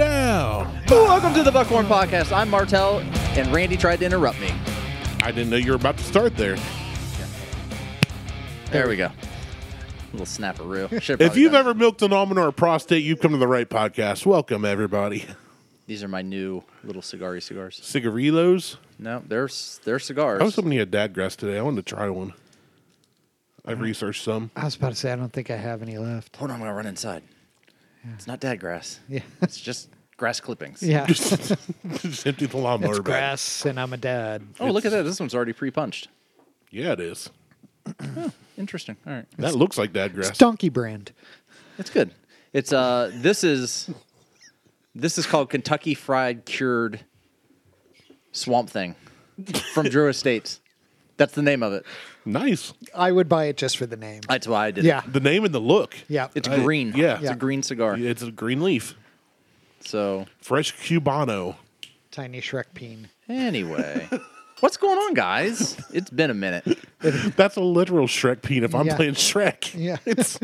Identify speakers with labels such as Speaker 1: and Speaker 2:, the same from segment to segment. Speaker 1: Welcome to the Buckhorn Podcast. I'm Martel, and Randy tried to interrupt me.
Speaker 2: I didn't know you were about to start there.
Speaker 1: There we go. Little snapperoo. Should've
Speaker 2: If
Speaker 1: probably
Speaker 2: you've
Speaker 1: done-
Speaker 2: ever milked an almond or a prostate, you've come to the right podcast. Welcome, everybody.
Speaker 1: these are my new little cigary cigars.
Speaker 2: Cigarillos.
Speaker 1: No, they're c- they're cigars.
Speaker 2: I was hoping you had dadgrass today. I wanted to try one. I researched some.
Speaker 3: I was about to say I don't think I have any left.
Speaker 1: Hold on, I'm gonna run inside. It's not dad grass.
Speaker 3: Yeah.
Speaker 1: It's just grass clippings.
Speaker 3: Yeah, it's
Speaker 2: Just empty the lawnmower. back.
Speaker 3: grass, and I'm a dad.
Speaker 1: Oh, look at that. This one's already pre-punched.
Speaker 2: Yeah, it is.
Speaker 1: Interesting. All right.
Speaker 2: That looks like dadgrass.
Speaker 3: It's donkey brand.
Speaker 1: It's good. It's uh this is this is called Kentucky Fried Cured Swamp Thing from Drew Estates. That's the name of it.
Speaker 2: Nice.
Speaker 3: I would buy it just for the name.
Speaker 1: That's why I did
Speaker 3: yeah,
Speaker 1: it.
Speaker 2: The name and the look.
Speaker 3: yeah.
Speaker 1: It's
Speaker 2: I-
Speaker 1: green.
Speaker 2: yeah.
Speaker 1: It's
Speaker 3: Yeah.
Speaker 1: a green cigar.
Speaker 2: It's a green leaf.
Speaker 1: So
Speaker 2: Fresh Cubano.
Speaker 3: tiny Shrek peen.
Speaker 1: anyway. What's going on, guys? It's been a minute.
Speaker 2: That's a literal Shrek peen if I'm
Speaker 3: Yeah.
Speaker 2: playing Shrek.
Speaker 3: Yeah.
Speaker 2: It's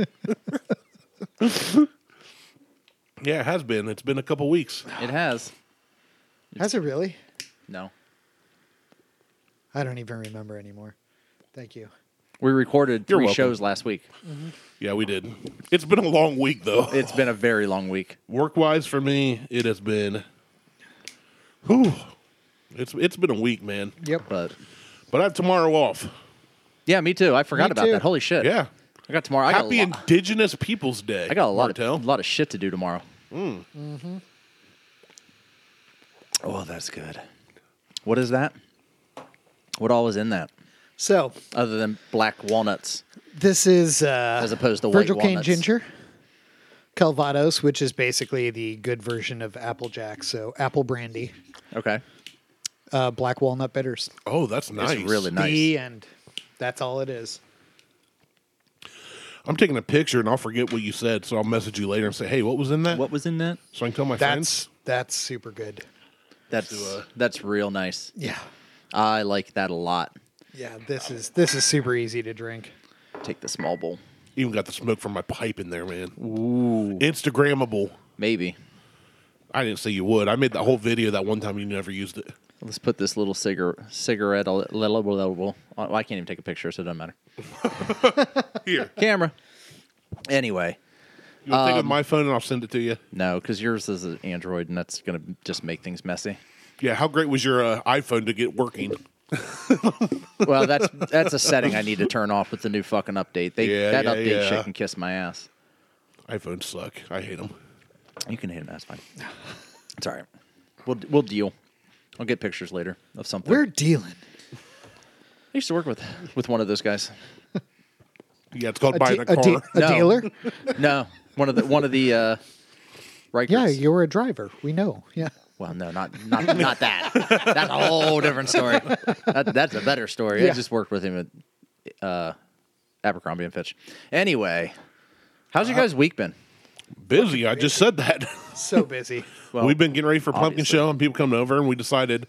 Speaker 2: Yeah, it has been. It's been a couple weeks.
Speaker 1: It has.
Speaker 3: Has it really?
Speaker 1: No.
Speaker 3: I don't even remember anymore. Thank you.
Speaker 1: We recorded
Speaker 2: You're
Speaker 1: three
Speaker 2: welcome.
Speaker 1: shows last week.
Speaker 2: Yeah, we did. It's been a long week though.
Speaker 1: It's been a very long week.
Speaker 2: Work wise for me, it has been Whew. It's it's been a week, man.
Speaker 3: Yep.
Speaker 1: But
Speaker 2: But I have tomorrow off.
Speaker 1: yeah, me too. I forgot
Speaker 3: Me
Speaker 1: about
Speaker 3: too.
Speaker 1: that. Holy shit.
Speaker 2: Yeah.
Speaker 1: I got tomorrow. I got,
Speaker 2: Happy
Speaker 1: a, lo-
Speaker 2: Indigenous Peoples Day.
Speaker 1: I got a lot
Speaker 2: Martell. Hmm.
Speaker 1: of lot of shit to do tomorrow. Mm-hmm. Oh, that's good. What is that? What all is in that?
Speaker 3: So
Speaker 1: Other than black walnuts.
Speaker 3: this is uh,
Speaker 1: As opposed to white
Speaker 3: Virgil Cane
Speaker 1: walnuts.
Speaker 3: Ginger, Calvados, which is basically the good version of Apple Jack. So apple brandy,
Speaker 1: Okay.
Speaker 3: uh, black walnut bitters.
Speaker 2: Oh, that's nice.
Speaker 1: It's really nice.
Speaker 3: The end. That's all it is.
Speaker 2: I'm taking a picture and I'll forget what you said, so I'll message you later and say, "Hey, what was in that?"
Speaker 1: What was in that?
Speaker 2: So I can tell my
Speaker 3: That's that's super good.
Speaker 1: That's
Speaker 2: uh,
Speaker 1: that's real nice.
Speaker 3: Yeah.
Speaker 1: I like that a lot.
Speaker 3: Yeah, this is this is super easy to drink.
Speaker 1: Take the small bowl.
Speaker 2: friends. Even got the smoke from my pipe in there, man. Ooh. Instagrammable.
Speaker 1: Maybe.
Speaker 2: I didn't say you would. I made that whole video that one time you never used it.
Speaker 1: Let's put this little cigar- cigarette. Little, little, little, oh, I can't even take a picture, so it doesn't matter.
Speaker 2: Here.
Speaker 1: Camera. Anyway,
Speaker 2: You want to
Speaker 1: Um,
Speaker 2: take it with my phone and I'll send it to you.
Speaker 1: no, because yours is an Android, and that's gonna just make things messy.
Speaker 2: Yeah, how great was your uh, iPhone to get working?
Speaker 1: Well, that's that's a setting I need to turn off with the new fucking update. They
Speaker 2: Yeah,
Speaker 1: that
Speaker 2: yeah,
Speaker 1: update
Speaker 2: yeah.
Speaker 1: shit can kiss my ass.
Speaker 2: iPhones suck. I hate them.
Speaker 1: You can hit him. That's fine. It's all right. We'll we'll deal. I'll get pictures later of something.
Speaker 3: We're dealing.
Speaker 1: I used to work with with one of those guys.
Speaker 2: Yeah, it's called
Speaker 3: A,
Speaker 2: buying
Speaker 3: de-
Speaker 2: a
Speaker 3: a,
Speaker 2: car.
Speaker 3: de- a
Speaker 1: No.
Speaker 3: dealer?
Speaker 1: No, one of the one of the uh, Rikers.
Speaker 3: Yeah, you're a driver. We know. Yeah.
Speaker 1: Well, no, not not not that. That's a whole different story. That, that's a better story. I
Speaker 3: Yeah.
Speaker 1: just worked with him at uh, Abercrombie and Fitch. Anyway, how's your guys' week been?
Speaker 2: Busy. I just said that.
Speaker 3: So busy.
Speaker 1: Well,
Speaker 2: We've been getting ready for Pumpkin
Speaker 1: obviously.
Speaker 2: Show and people coming over, and we decided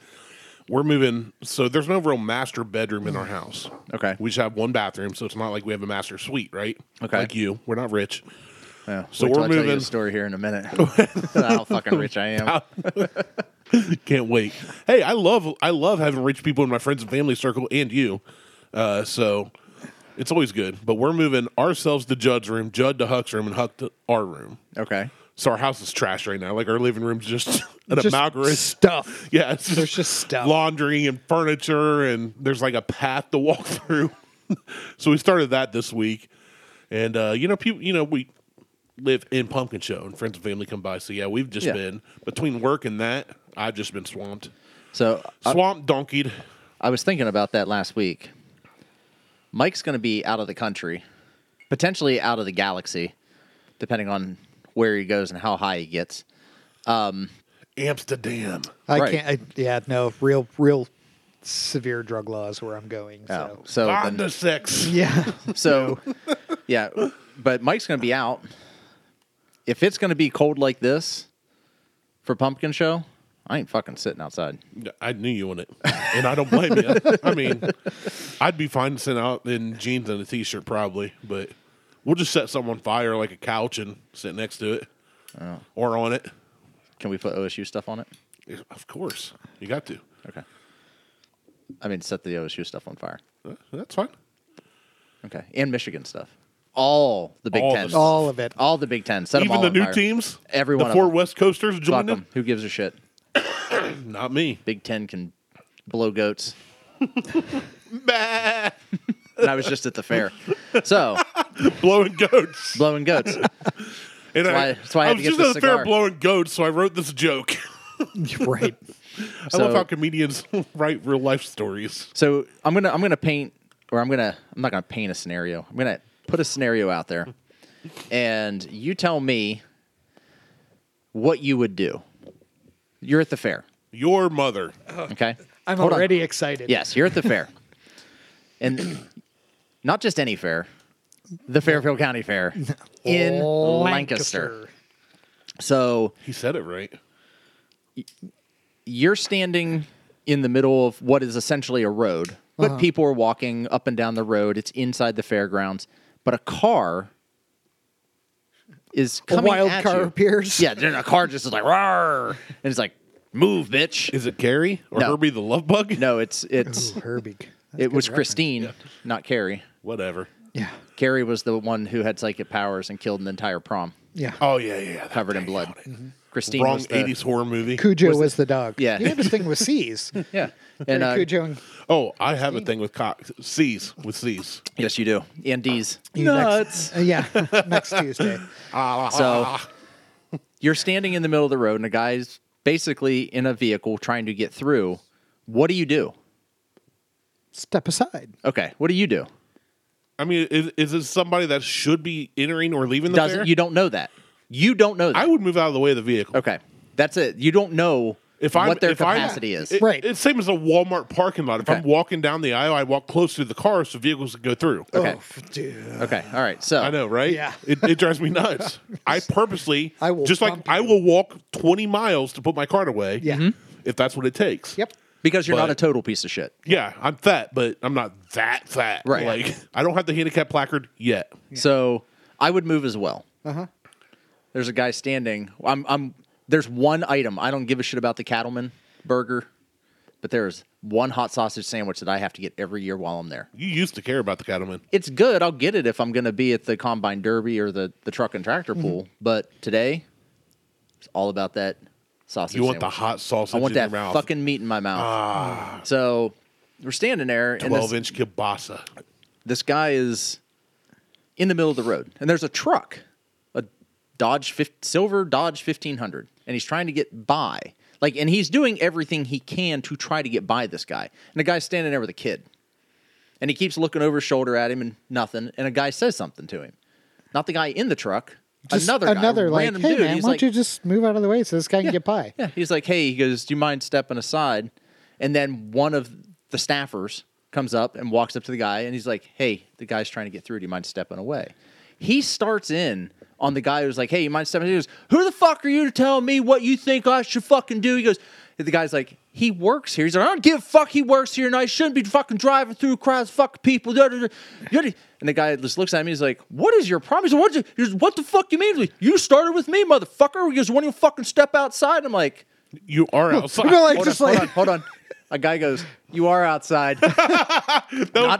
Speaker 2: we're moving. So there's no real master bedroom in our house.
Speaker 1: Okay.
Speaker 2: We just have one bathroom, so it's not like we have a master suite, right?
Speaker 1: Okay.
Speaker 2: Like you. We're not rich.
Speaker 1: Yeah,
Speaker 2: So we're
Speaker 1: wait till I Tell you
Speaker 2: moving-
Speaker 1: a story here in a minute. How fucking rich I am.
Speaker 2: Can't wait. Hey, I love I love having rich people in my friends and family circle and you. Uh, so it's always good. But we're moving ourselves to Judd's room, Judd to Huck's room, and Huck to our room.
Speaker 1: Okay.
Speaker 2: So our house is trash right now. Like our living room's just an
Speaker 3: Just
Speaker 2: amalgamous.
Speaker 3: stuff.
Speaker 2: Yeah, it's
Speaker 3: There's just stuff.
Speaker 2: laundry and furniture, and there's like a path to walk through. so we started that this week, and uh, you know, people, you know, we live in Pumpkin Show, and friends and family come by. So yeah, we've just
Speaker 1: Yeah.
Speaker 2: been between work and that. I've just been swamped,
Speaker 1: So I,
Speaker 2: swamped, donkeyed.
Speaker 1: I was thinking about that last week. Mike's going to be out of the country, potentially out of the galaxy, depending on where he goes and how high he gets.
Speaker 2: Amsterdam.
Speaker 3: I
Speaker 1: Right.
Speaker 3: can't. I, yeah, no. Real, real severe drug laws where I'm going. So.
Speaker 1: Oh, so
Speaker 2: On
Speaker 1: then-
Speaker 2: the sex.
Speaker 3: Yeah.
Speaker 1: So, yeah, but Mike's going to be out. If it's going to be cold like this for pumpkin show, I ain't fucking sitting outside.
Speaker 2: I knew you on it, and I don't blame you. I mean, I'd be fine sitting out in jeans and a t-shirt probably, but we'll just set something on fire like a couch and sit next to it
Speaker 1: Oh.
Speaker 2: or on it.
Speaker 1: Can we put OSU stuff on it?
Speaker 2: Of course, you got to.
Speaker 1: Okay. I mean, set the OSU stuff on fire.
Speaker 2: Uh, That's fine.
Speaker 1: Okay, and Michigan stuff. All the Big
Speaker 2: All
Speaker 1: Ten.
Speaker 2: the-
Speaker 3: All of it.
Speaker 1: All the Big Ten. Set them
Speaker 2: Even
Speaker 1: all
Speaker 2: the
Speaker 1: on
Speaker 2: new
Speaker 1: fire.
Speaker 2: teams,
Speaker 1: Every
Speaker 2: the
Speaker 1: one of
Speaker 2: four
Speaker 1: them.
Speaker 2: West Coasters
Speaker 1: Fuck
Speaker 2: joined
Speaker 1: 'em.
Speaker 2: them.
Speaker 1: Who gives a shit?
Speaker 2: Not me.
Speaker 1: Big Ten can blow goats. and I was just at the fair, so
Speaker 2: Blowing goats.
Speaker 1: blowing goats.
Speaker 2: And
Speaker 1: That's
Speaker 2: I,
Speaker 1: why- that's why I had
Speaker 2: was
Speaker 1: to get
Speaker 2: just at the
Speaker 1: the cigar.
Speaker 2: fair blowing goats, so I wrote this joke.
Speaker 3: right.
Speaker 2: I love
Speaker 1: So-
Speaker 2: how comedians write real life stories.
Speaker 1: So I'm gonna I'm gonna paint, or I'm gonna I'm not gonna paint a scenario. I'm gonna put a scenario out there, and you tell me what you would do. You're at the fair,
Speaker 2: Your mother.
Speaker 1: okay?
Speaker 3: I'm
Speaker 1: Hold on.
Speaker 3: already excited.
Speaker 1: Yes, you're at the fair, and not just any fair, the Fairfield County Fair in Lancaster. So
Speaker 2: He said it right.
Speaker 1: you're standing in the middle of what is essentially a road, but
Speaker 3: Uh-huh.
Speaker 1: people are walking up and down the road. It's inside the fairgrounds, but a car is coming
Speaker 3: wild
Speaker 1: at
Speaker 3: car
Speaker 1: you.
Speaker 3: appears.
Speaker 1: Yeah, then a car just is like "Rawr," and it's like move, bitch.
Speaker 2: Is it Carrie or
Speaker 1: No.
Speaker 2: Herbie the Love Bug?
Speaker 1: no, it's it's
Speaker 3: Ooh, Herbie. That's a
Speaker 1: it
Speaker 3: good
Speaker 1: was
Speaker 3: reference.
Speaker 1: Christine, not Carrie.
Speaker 2: Whatever.
Speaker 3: Yeah.
Speaker 1: Carrie was the one who had psychic powers and killed an entire prom
Speaker 3: Yeah.
Speaker 2: Oh yeah, yeah. yeah.
Speaker 1: covered in blood.
Speaker 2: Mm-hmm.
Speaker 1: Christine
Speaker 2: Wrong
Speaker 1: was the,
Speaker 2: '80s horror movie.
Speaker 3: Cujo was, the dog.
Speaker 1: Yeah.
Speaker 3: You have a thing with C's.
Speaker 1: Yeah, and uh,
Speaker 3: Cujo and
Speaker 2: Oh, I have a thing with cocks. C's with C's.
Speaker 1: yes, you do. And D's
Speaker 3: you next- uh, yeah. Next Tuesday.
Speaker 1: So you're standing in the middle of the road, and a guy's basically in a vehicle trying to get through. What do you do?
Speaker 3: Step aside.
Speaker 1: Okay, what do you do?
Speaker 2: I mean, is, is this somebody that should be entering or leaving the fair?
Speaker 1: Doesn't you don't know that? You don't know that.
Speaker 2: I would move out of the way of the vehicle.
Speaker 1: okay, that's it. You don't know
Speaker 2: If I'm,
Speaker 1: what their
Speaker 2: if I'm-
Speaker 1: capacity is.
Speaker 2: it-
Speaker 3: Right.
Speaker 2: It's same as a Walmart parking lot. If I'm
Speaker 1: Okay.
Speaker 2: walking down the aisle, I walk close to the car so vehicles can go through.
Speaker 1: Okay.
Speaker 3: Oh, f- dude.
Speaker 1: okay, all right. So
Speaker 2: I know, right?
Speaker 3: Yeah.
Speaker 2: It, it drives me nuts. I purposely,
Speaker 3: I will
Speaker 2: just like
Speaker 3: bump
Speaker 2: I
Speaker 3: you.
Speaker 2: will walk 20 miles to put my card away.
Speaker 3: Yeah. Mhm.
Speaker 2: If that's what it takes.
Speaker 3: Yep.
Speaker 1: because you're not
Speaker 2: But-
Speaker 1: a total piece of shit.
Speaker 2: Yeah, I'm fat, but I'm not that fat.
Speaker 1: Right.
Speaker 2: Like I don't have the handicap placard yet.
Speaker 1: So I would move as well. Uh huh. There's a guy standing. I'm. I'm. There's one item. I don't give a shit about the cattleman burger, but there's one hot sausage sandwich that I have to get every year while I'm there.
Speaker 2: You used to care about the cattleman.
Speaker 1: It's good. I'll get it if I'm going to be at the combine derby or the the truck and tractor pool. But today, it's all about that sausage.
Speaker 2: You want the
Speaker 1: sandwich.
Speaker 2: hot sausage
Speaker 1: I want
Speaker 2: in
Speaker 1: that
Speaker 2: your mouth. Ah.
Speaker 1: fucking meat in my mouth. So we're standing there, and this,
Speaker 2: 12 inch kielbasa.
Speaker 1: this guy is in the middle of the road and there's a truck a dodge fif- silver dodge 1500 and he's trying to get by like and he's doing everything he can to try to get by this guy and the guy's standing there with a kid and he keeps looking over his shoulder at him and nothing and a guy says something to him not the guy in the truck
Speaker 3: Just
Speaker 1: another guy,
Speaker 3: another like,
Speaker 1: random
Speaker 3: hey
Speaker 1: dude
Speaker 3: man,
Speaker 1: he's
Speaker 3: why
Speaker 1: like
Speaker 3: don't you just move out of the way so this guy can get by?
Speaker 1: yeah he's like hey he goes do you mind stepping aside and then one of the staffers comes up and walks up to the guy and he's like hey the guy's trying to get through do you mind stepping away he starts in on the guy who's like hey you mind stepping he goes who the fuck are you to tell me what you think i should fucking do he goes and the guy's like he works here he's like i don't give a fuck he works here and i shouldn't be fucking driving through crowds fuck people da, da, da, da, da." and the guy just looks at me he's like what is your problem he's like, what, you, he goes, what the fuck you mean you started with me motherfucker he goes when you fucking step outside i'm like
Speaker 2: You are outside. Oh,
Speaker 3: You're like-
Speaker 1: hold
Speaker 3: just
Speaker 1: on,
Speaker 3: like-
Speaker 1: hold on, hold on. A guy goes, "You are outside." that
Speaker 2: that
Speaker 1: not,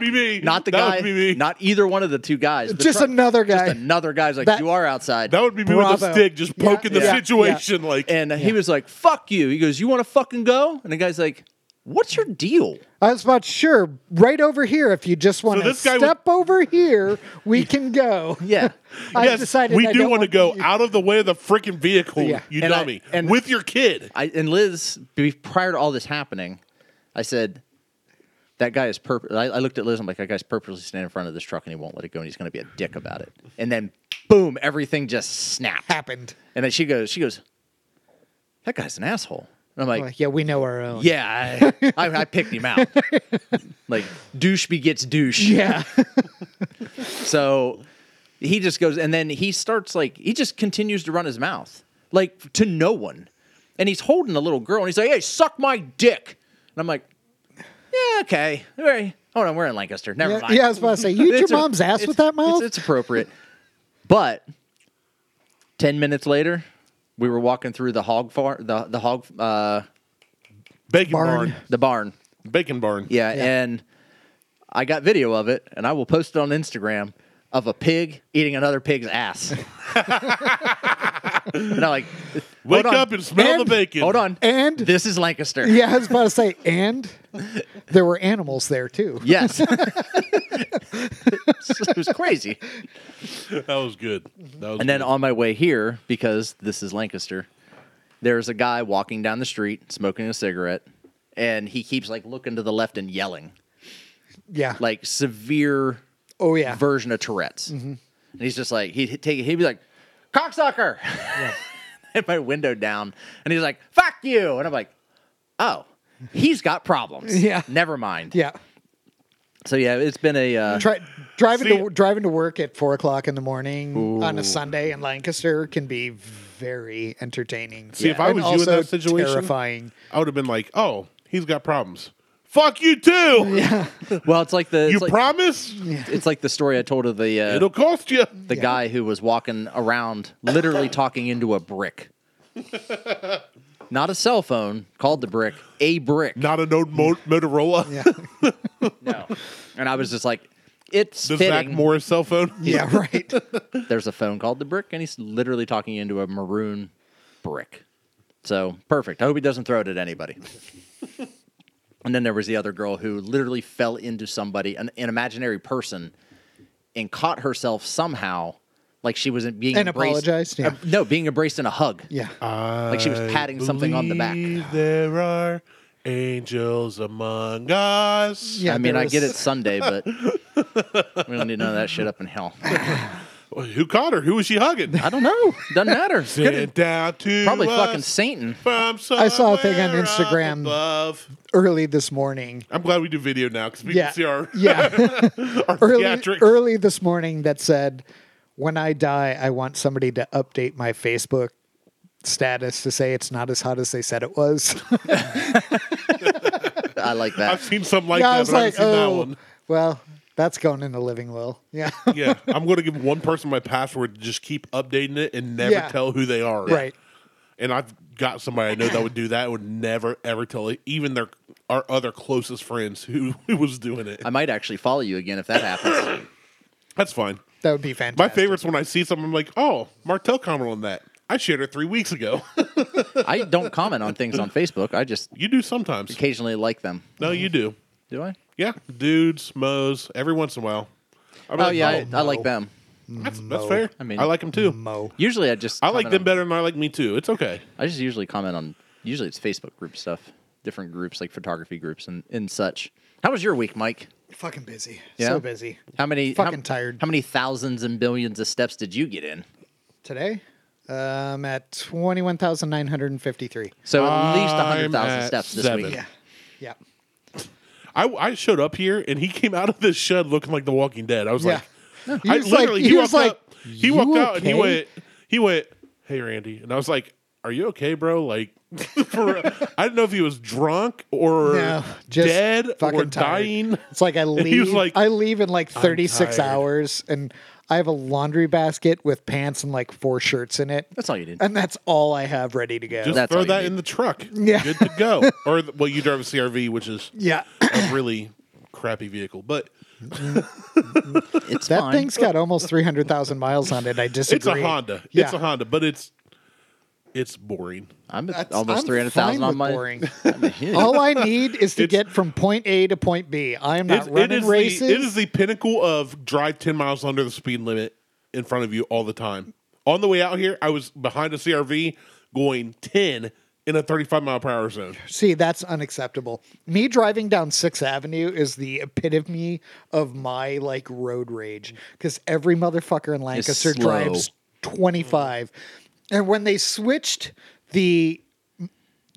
Speaker 2: would be me.
Speaker 1: Not the
Speaker 2: that
Speaker 1: guy.
Speaker 2: Would be me.
Speaker 1: Not either one of the two guys. The
Speaker 3: Just
Speaker 1: truck-
Speaker 3: another guy.
Speaker 1: Just another guy's like,
Speaker 3: That-
Speaker 1: "You are outside."
Speaker 2: that would be me with a
Speaker 3: Bravo.
Speaker 2: stick, just
Speaker 3: Yeah,
Speaker 2: poking the
Speaker 3: yeah,
Speaker 2: situation. Like
Speaker 1: and he was like, "Fuck you." He goes, "You want to fucking go?" And the guy's like, "What's your deal?"
Speaker 3: I was about sure, right over here. If you just want to
Speaker 2: this guy
Speaker 3: step over here, we can go.
Speaker 1: Yeah.
Speaker 3: I
Speaker 2: yes,
Speaker 3: decided
Speaker 2: we
Speaker 3: I
Speaker 2: do
Speaker 3: don't
Speaker 2: want to go
Speaker 3: you-
Speaker 2: out of the way of the freaking vehicle.
Speaker 3: Yeah.
Speaker 2: You
Speaker 1: And I-
Speaker 2: dummy,
Speaker 1: and-
Speaker 2: with your kid.
Speaker 1: I, and Liz, be- prior to all this happening, I said, "That guy is purpose." I, I looked at Liz. I'm like, "That guy's purposely standing in front of this truck, and he won't let it go, and he's going to be a dick about it." And then, boom, everything just snapped.
Speaker 3: Happened.
Speaker 1: And then she goes, she goes, that guy's an asshole. And I'm like,
Speaker 3: Well, yeah, we know our own.
Speaker 1: yeah, I, I, I picked him out. like douche begets douche.
Speaker 3: Yeah.
Speaker 1: So he just goes, and then he starts like he just continues to run his mouth like to no one. and he's holding a little girl, and he's like, "Hey, suck my dick," and I'm like, "Yeah, okay, all right. Hold on, we're in Lancaster. Never
Speaker 3: Yeah,
Speaker 1: mind."
Speaker 3: yeah, I was about to say, you eat your
Speaker 1: It's a-
Speaker 3: mom's ass
Speaker 1: it's-
Speaker 3: with that mouth?
Speaker 1: It's, it's appropriate. But ten minutes later, we were walking through the hog farm, the the hog, uh,
Speaker 2: Bacon barn.
Speaker 3: Barn.
Speaker 1: the barn.
Speaker 2: Bacon barn.
Speaker 1: Yeah,
Speaker 3: Yeah.
Speaker 1: and I got video of it, and I will post it on Instagram of a pig eating another pig's ass. and I'm like,
Speaker 2: Wake
Speaker 1: hold on.
Speaker 2: up and smell
Speaker 3: And-
Speaker 2: the bacon.
Speaker 1: Hold on,
Speaker 3: And-
Speaker 1: this is Lancaster.
Speaker 3: Yeah, I was about to say, and there were animals there too.
Speaker 1: Yes. it was crazy.
Speaker 2: That was good. That was
Speaker 1: And then
Speaker 2: good.
Speaker 1: on my way here, because this is Lancaster, there's a guy walking down the street smoking a cigarette, and he keeps like looking to the left and yelling,
Speaker 3: Yeah.
Speaker 1: like severe
Speaker 3: oh yeah.
Speaker 1: version of Tourette's. And he's just like, he'd take it, he'd be like, cocksucker. Had my window down. And he's like, fuck you. And I'm like, oh, he's got problems.
Speaker 3: Yeah.
Speaker 1: Never mind.
Speaker 3: yeah.
Speaker 1: So yeah, it's been a uh,
Speaker 3: Try, driving
Speaker 2: See-
Speaker 3: to driving to work at four o'clock in the morning on a Sunday in Lancaster can be very entertaining.
Speaker 2: See, if I
Speaker 3: And
Speaker 2: was you in
Speaker 3: also
Speaker 2: that situation-
Speaker 3: terrifying.
Speaker 2: I would have been like, oh, he's got problems. Fuck you too.
Speaker 1: well, it's like the it's
Speaker 2: You
Speaker 1: like,
Speaker 2: promise?
Speaker 1: it's like the story I told of the uh,
Speaker 2: It'll cost you.
Speaker 1: the guy who was walking around literally talking into a brick. Not a cell phone, called the brick, a brick.
Speaker 2: Not a known mo- Motorola.
Speaker 3: Yeah,
Speaker 1: No. And I was just like, it's
Speaker 2: The Zach
Speaker 1: fitting.
Speaker 2: Morris cell phone.
Speaker 3: yeah, right.
Speaker 1: there's a phone called the brick and he's literally talking into a maroon brick so perfect i hope he doesn't throw it at anybody and then there was the other girl who literally fell into somebody an, an imaginary person and caught herself somehow like she was being
Speaker 3: And
Speaker 1: embraced,
Speaker 3: apologized, yeah.
Speaker 1: uh, no being embraced in a hug
Speaker 3: Yeah,
Speaker 2: Uh,
Speaker 1: like she was patting something on the back
Speaker 2: Believe There are angels among us.
Speaker 3: Yeah.
Speaker 1: i mean
Speaker 3: there
Speaker 1: i
Speaker 3: was-
Speaker 1: get it sunday but we don't need none of that shit up in hell
Speaker 2: Well, Who caught her? Who was she hugging?
Speaker 1: i don't know doesn't matter
Speaker 2: Sent down to
Speaker 1: probably
Speaker 2: us
Speaker 1: fucking satan
Speaker 2: From
Speaker 3: I saw a thing on
Speaker 2: somewhere up
Speaker 3: Instagram.
Speaker 2: above.
Speaker 3: early this morning.
Speaker 2: I'm glad we do video now because we
Speaker 3: Yeah,
Speaker 2: can see our,
Speaker 3: yeah.
Speaker 2: our
Speaker 3: early,
Speaker 2: theatrics.
Speaker 3: early this morning that said, "When I die, I want somebody to update my Facebook status to say it's not as hot as they said it was."
Speaker 1: i like that
Speaker 2: I've seen something like
Speaker 3: yeah, I
Speaker 2: that,
Speaker 3: was
Speaker 2: but
Speaker 3: like,
Speaker 2: I haven't seen
Speaker 3: "Oh,
Speaker 2: that one.
Speaker 3: well, that's going in the living will." Yeah,
Speaker 2: yeah, I'm going to give one person my password to just keep updating it and never
Speaker 3: Yeah.
Speaker 2: tell who they are.
Speaker 3: right.
Speaker 2: And I've got somebody I know that would do that. Would never ever tell it, even their our other closest friends who, who was doing it.
Speaker 1: I might actually follow you again if that happens.
Speaker 2: That's fine.
Speaker 3: That would be
Speaker 2: My
Speaker 3: fantastic.
Speaker 2: favorite's when I see something I'm like, oh, Martel commented on that. I shared it three weeks ago.
Speaker 1: I don't comment on things on Facebook. I just
Speaker 2: you do sometimes.
Speaker 1: occasionally like them.
Speaker 2: No, you do.
Speaker 1: Do I?
Speaker 2: Yeah, dudes, mo's, every once in a while. I'm
Speaker 1: Oh
Speaker 2: like,
Speaker 1: yeah, I, I
Speaker 3: no.
Speaker 1: like them.
Speaker 2: that's, that's fair. I
Speaker 1: I
Speaker 2: mean,
Speaker 1: mean-
Speaker 2: I like them too.
Speaker 3: Mo.
Speaker 1: Usually I just
Speaker 2: I like
Speaker 1: comment
Speaker 2: them
Speaker 1: on-
Speaker 2: better than I like me too. It's okay.
Speaker 1: I just usually comment on usually it's Facebook group stuff, different groups like photography groups and, and such. How was your week, Mike?
Speaker 3: Fucking busy.
Speaker 1: Yeah?
Speaker 3: So busy.
Speaker 1: How many
Speaker 3: Fucking
Speaker 1: how,
Speaker 3: tired.
Speaker 1: How many thousands and billions of steps did you get in?
Speaker 3: Today, um, at twenty one thousand nine hundred and fifty three.
Speaker 1: So at least least
Speaker 2: I'm
Speaker 1: hundred thousand
Speaker 2: at
Speaker 1: steps this
Speaker 2: seven.
Speaker 1: week.
Speaker 3: Yeah, yeah.
Speaker 2: I, I showed up here and he came out of this shed looking like The Walking Dead. I was
Speaker 3: Yeah.
Speaker 2: like,
Speaker 3: He
Speaker 2: I
Speaker 3: was like-
Speaker 2: literally he,
Speaker 3: he
Speaker 2: walked
Speaker 3: was like,
Speaker 2: up, he
Speaker 3: "You
Speaker 2: walked out and he
Speaker 3: okay?"
Speaker 2: went, he went, hey Randy, and I was like, are you okay, bro? Like, for, I didn't know if he was drunk or
Speaker 3: No, just
Speaker 2: dead
Speaker 3: fucking
Speaker 2: or
Speaker 3: tired.
Speaker 2: dying.
Speaker 3: It's like I
Speaker 2: he was
Speaker 3: leave.
Speaker 2: like,
Speaker 3: I leave in like thirty six
Speaker 2: tired.
Speaker 3: hours, and I have a laundry basket with pants and like four shirts in it,
Speaker 1: That's all you did.
Speaker 3: and that's all I have ready to go.
Speaker 2: Just
Speaker 1: That's all
Speaker 2: throw
Speaker 1: you
Speaker 2: that
Speaker 1: need.
Speaker 2: in the truck.
Speaker 3: Yeah.
Speaker 2: good to go. or the, well, you drive a CRV, which is
Speaker 3: yeah,
Speaker 2: a really crappy vehicle, but
Speaker 1: It's
Speaker 3: that
Speaker 1: fine.
Speaker 3: thing's got almost three hundred thousand miles on it. I disagree.
Speaker 2: it's a Honda.
Speaker 3: Yeah.
Speaker 2: It's a Honda, but it's it's boring.
Speaker 1: I'm at
Speaker 3: That's-
Speaker 1: almost
Speaker 3: I'm
Speaker 1: three hundred thousand
Speaker 3: fine
Speaker 1: on
Speaker 3: with
Speaker 1: my.
Speaker 3: boring.
Speaker 1: I mean, yeah.
Speaker 3: all I need is to
Speaker 2: It's-
Speaker 3: get from point A to point B. I am not
Speaker 2: It's, it
Speaker 3: running
Speaker 2: is
Speaker 3: races.
Speaker 2: the it is the pinnacle of drive ten miles under the speed limit in front of you all the time. On the way out here, I was behind a CRV going ten in a thirty five mile per hour zone.
Speaker 3: See, that's unacceptable. Me driving down Sixth Avenue is the epitome of my like road rage because every motherfucker in Lancaster
Speaker 1: slow.
Speaker 3: drives 25. And when they switched the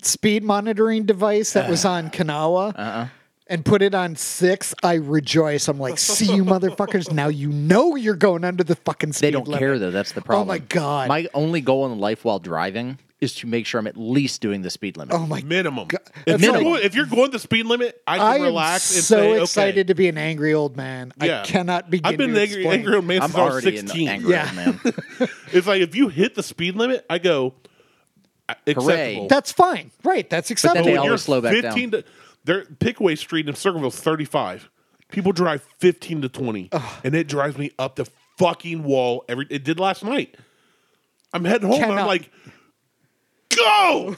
Speaker 3: speed monitoring device that was on Kanawa
Speaker 1: Uh-huh.
Speaker 3: and put it on six, I rejoice. I'm like, see you motherfuckers. Now you know you're going under the fucking speed
Speaker 1: They don't
Speaker 3: limit."
Speaker 1: care though. That's the problem.
Speaker 3: my Oh God.
Speaker 1: My only goal in life while driving is to make sure I'm at least doing the speed limit.
Speaker 3: Oh my
Speaker 2: Minimum. If,
Speaker 3: That's
Speaker 2: you're
Speaker 1: like-
Speaker 2: going, if you're going the speed limit, I can
Speaker 3: I am
Speaker 2: relax and
Speaker 3: so
Speaker 2: say, okay.
Speaker 3: excited to be an angry old man.
Speaker 2: Yeah.
Speaker 3: I cannot begin.
Speaker 2: I've been
Speaker 3: to
Speaker 2: an angry,
Speaker 3: explain.
Speaker 2: angry old man
Speaker 1: I'm
Speaker 2: since I was
Speaker 1: already
Speaker 2: 16.
Speaker 1: an angry
Speaker 3: Yeah.
Speaker 1: old man.
Speaker 2: It's like if you hit the speed limit, I go "I- acceptable.
Speaker 3: That's fine, right? That's acceptable.
Speaker 1: they
Speaker 2: When
Speaker 1: always
Speaker 2: you're
Speaker 1: slow back down.
Speaker 2: 15 To, their Pickaway Street in Circleville's 35. People drive 15 to 20, and it drives me up the fucking wall. Every it did last night. I'm heading home. And I'm
Speaker 3: Cannot.
Speaker 2: like, go,